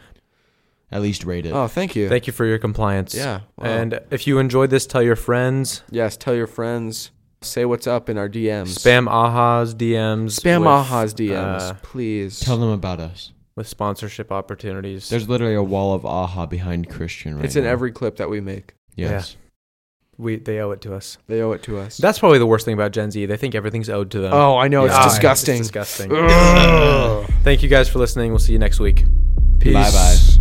Speaker 3: At least rate it.
Speaker 2: Oh, thank you.
Speaker 1: Thank you for your compliance.
Speaker 2: yeah. wow.
Speaker 1: And if you enjoyed this, tell your friends.
Speaker 2: yes, tell your friends. Say what's up in our DMs.
Speaker 1: Spam Aha's DMs.
Speaker 2: Spam
Speaker 1: with,
Speaker 2: Aha's DMs,
Speaker 1: uh,
Speaker 2: please.
Speaker 3: Tell them about us.
Speaker 1: with sponsorship opportunities.
Speaker 3: There's literally a wall of aha behind Christian right
Speaker 2: it's in
Speaker 3: now.
Speaker 2: every clip that we make.
Speaker 3: Yes.
Speaker 1: we they owe it to us.
Speaker 2: They owe it to us.
Speaker 1: That's probably the worst thing about Gen Z. They think everything's owed to them.
Speaker 2: oh, I know.
Speaker 1: Yeah.
Speaker 2: It's
Speaker 1: Ah,
Speaker 2: disgusting. (clears throat)
Speaker 1: disgusting.
Speaker 2: Ugh.
Speaker 1: Thank you guys for listening. We'll see you next week. Peace.
Speaker 3: Bye bye.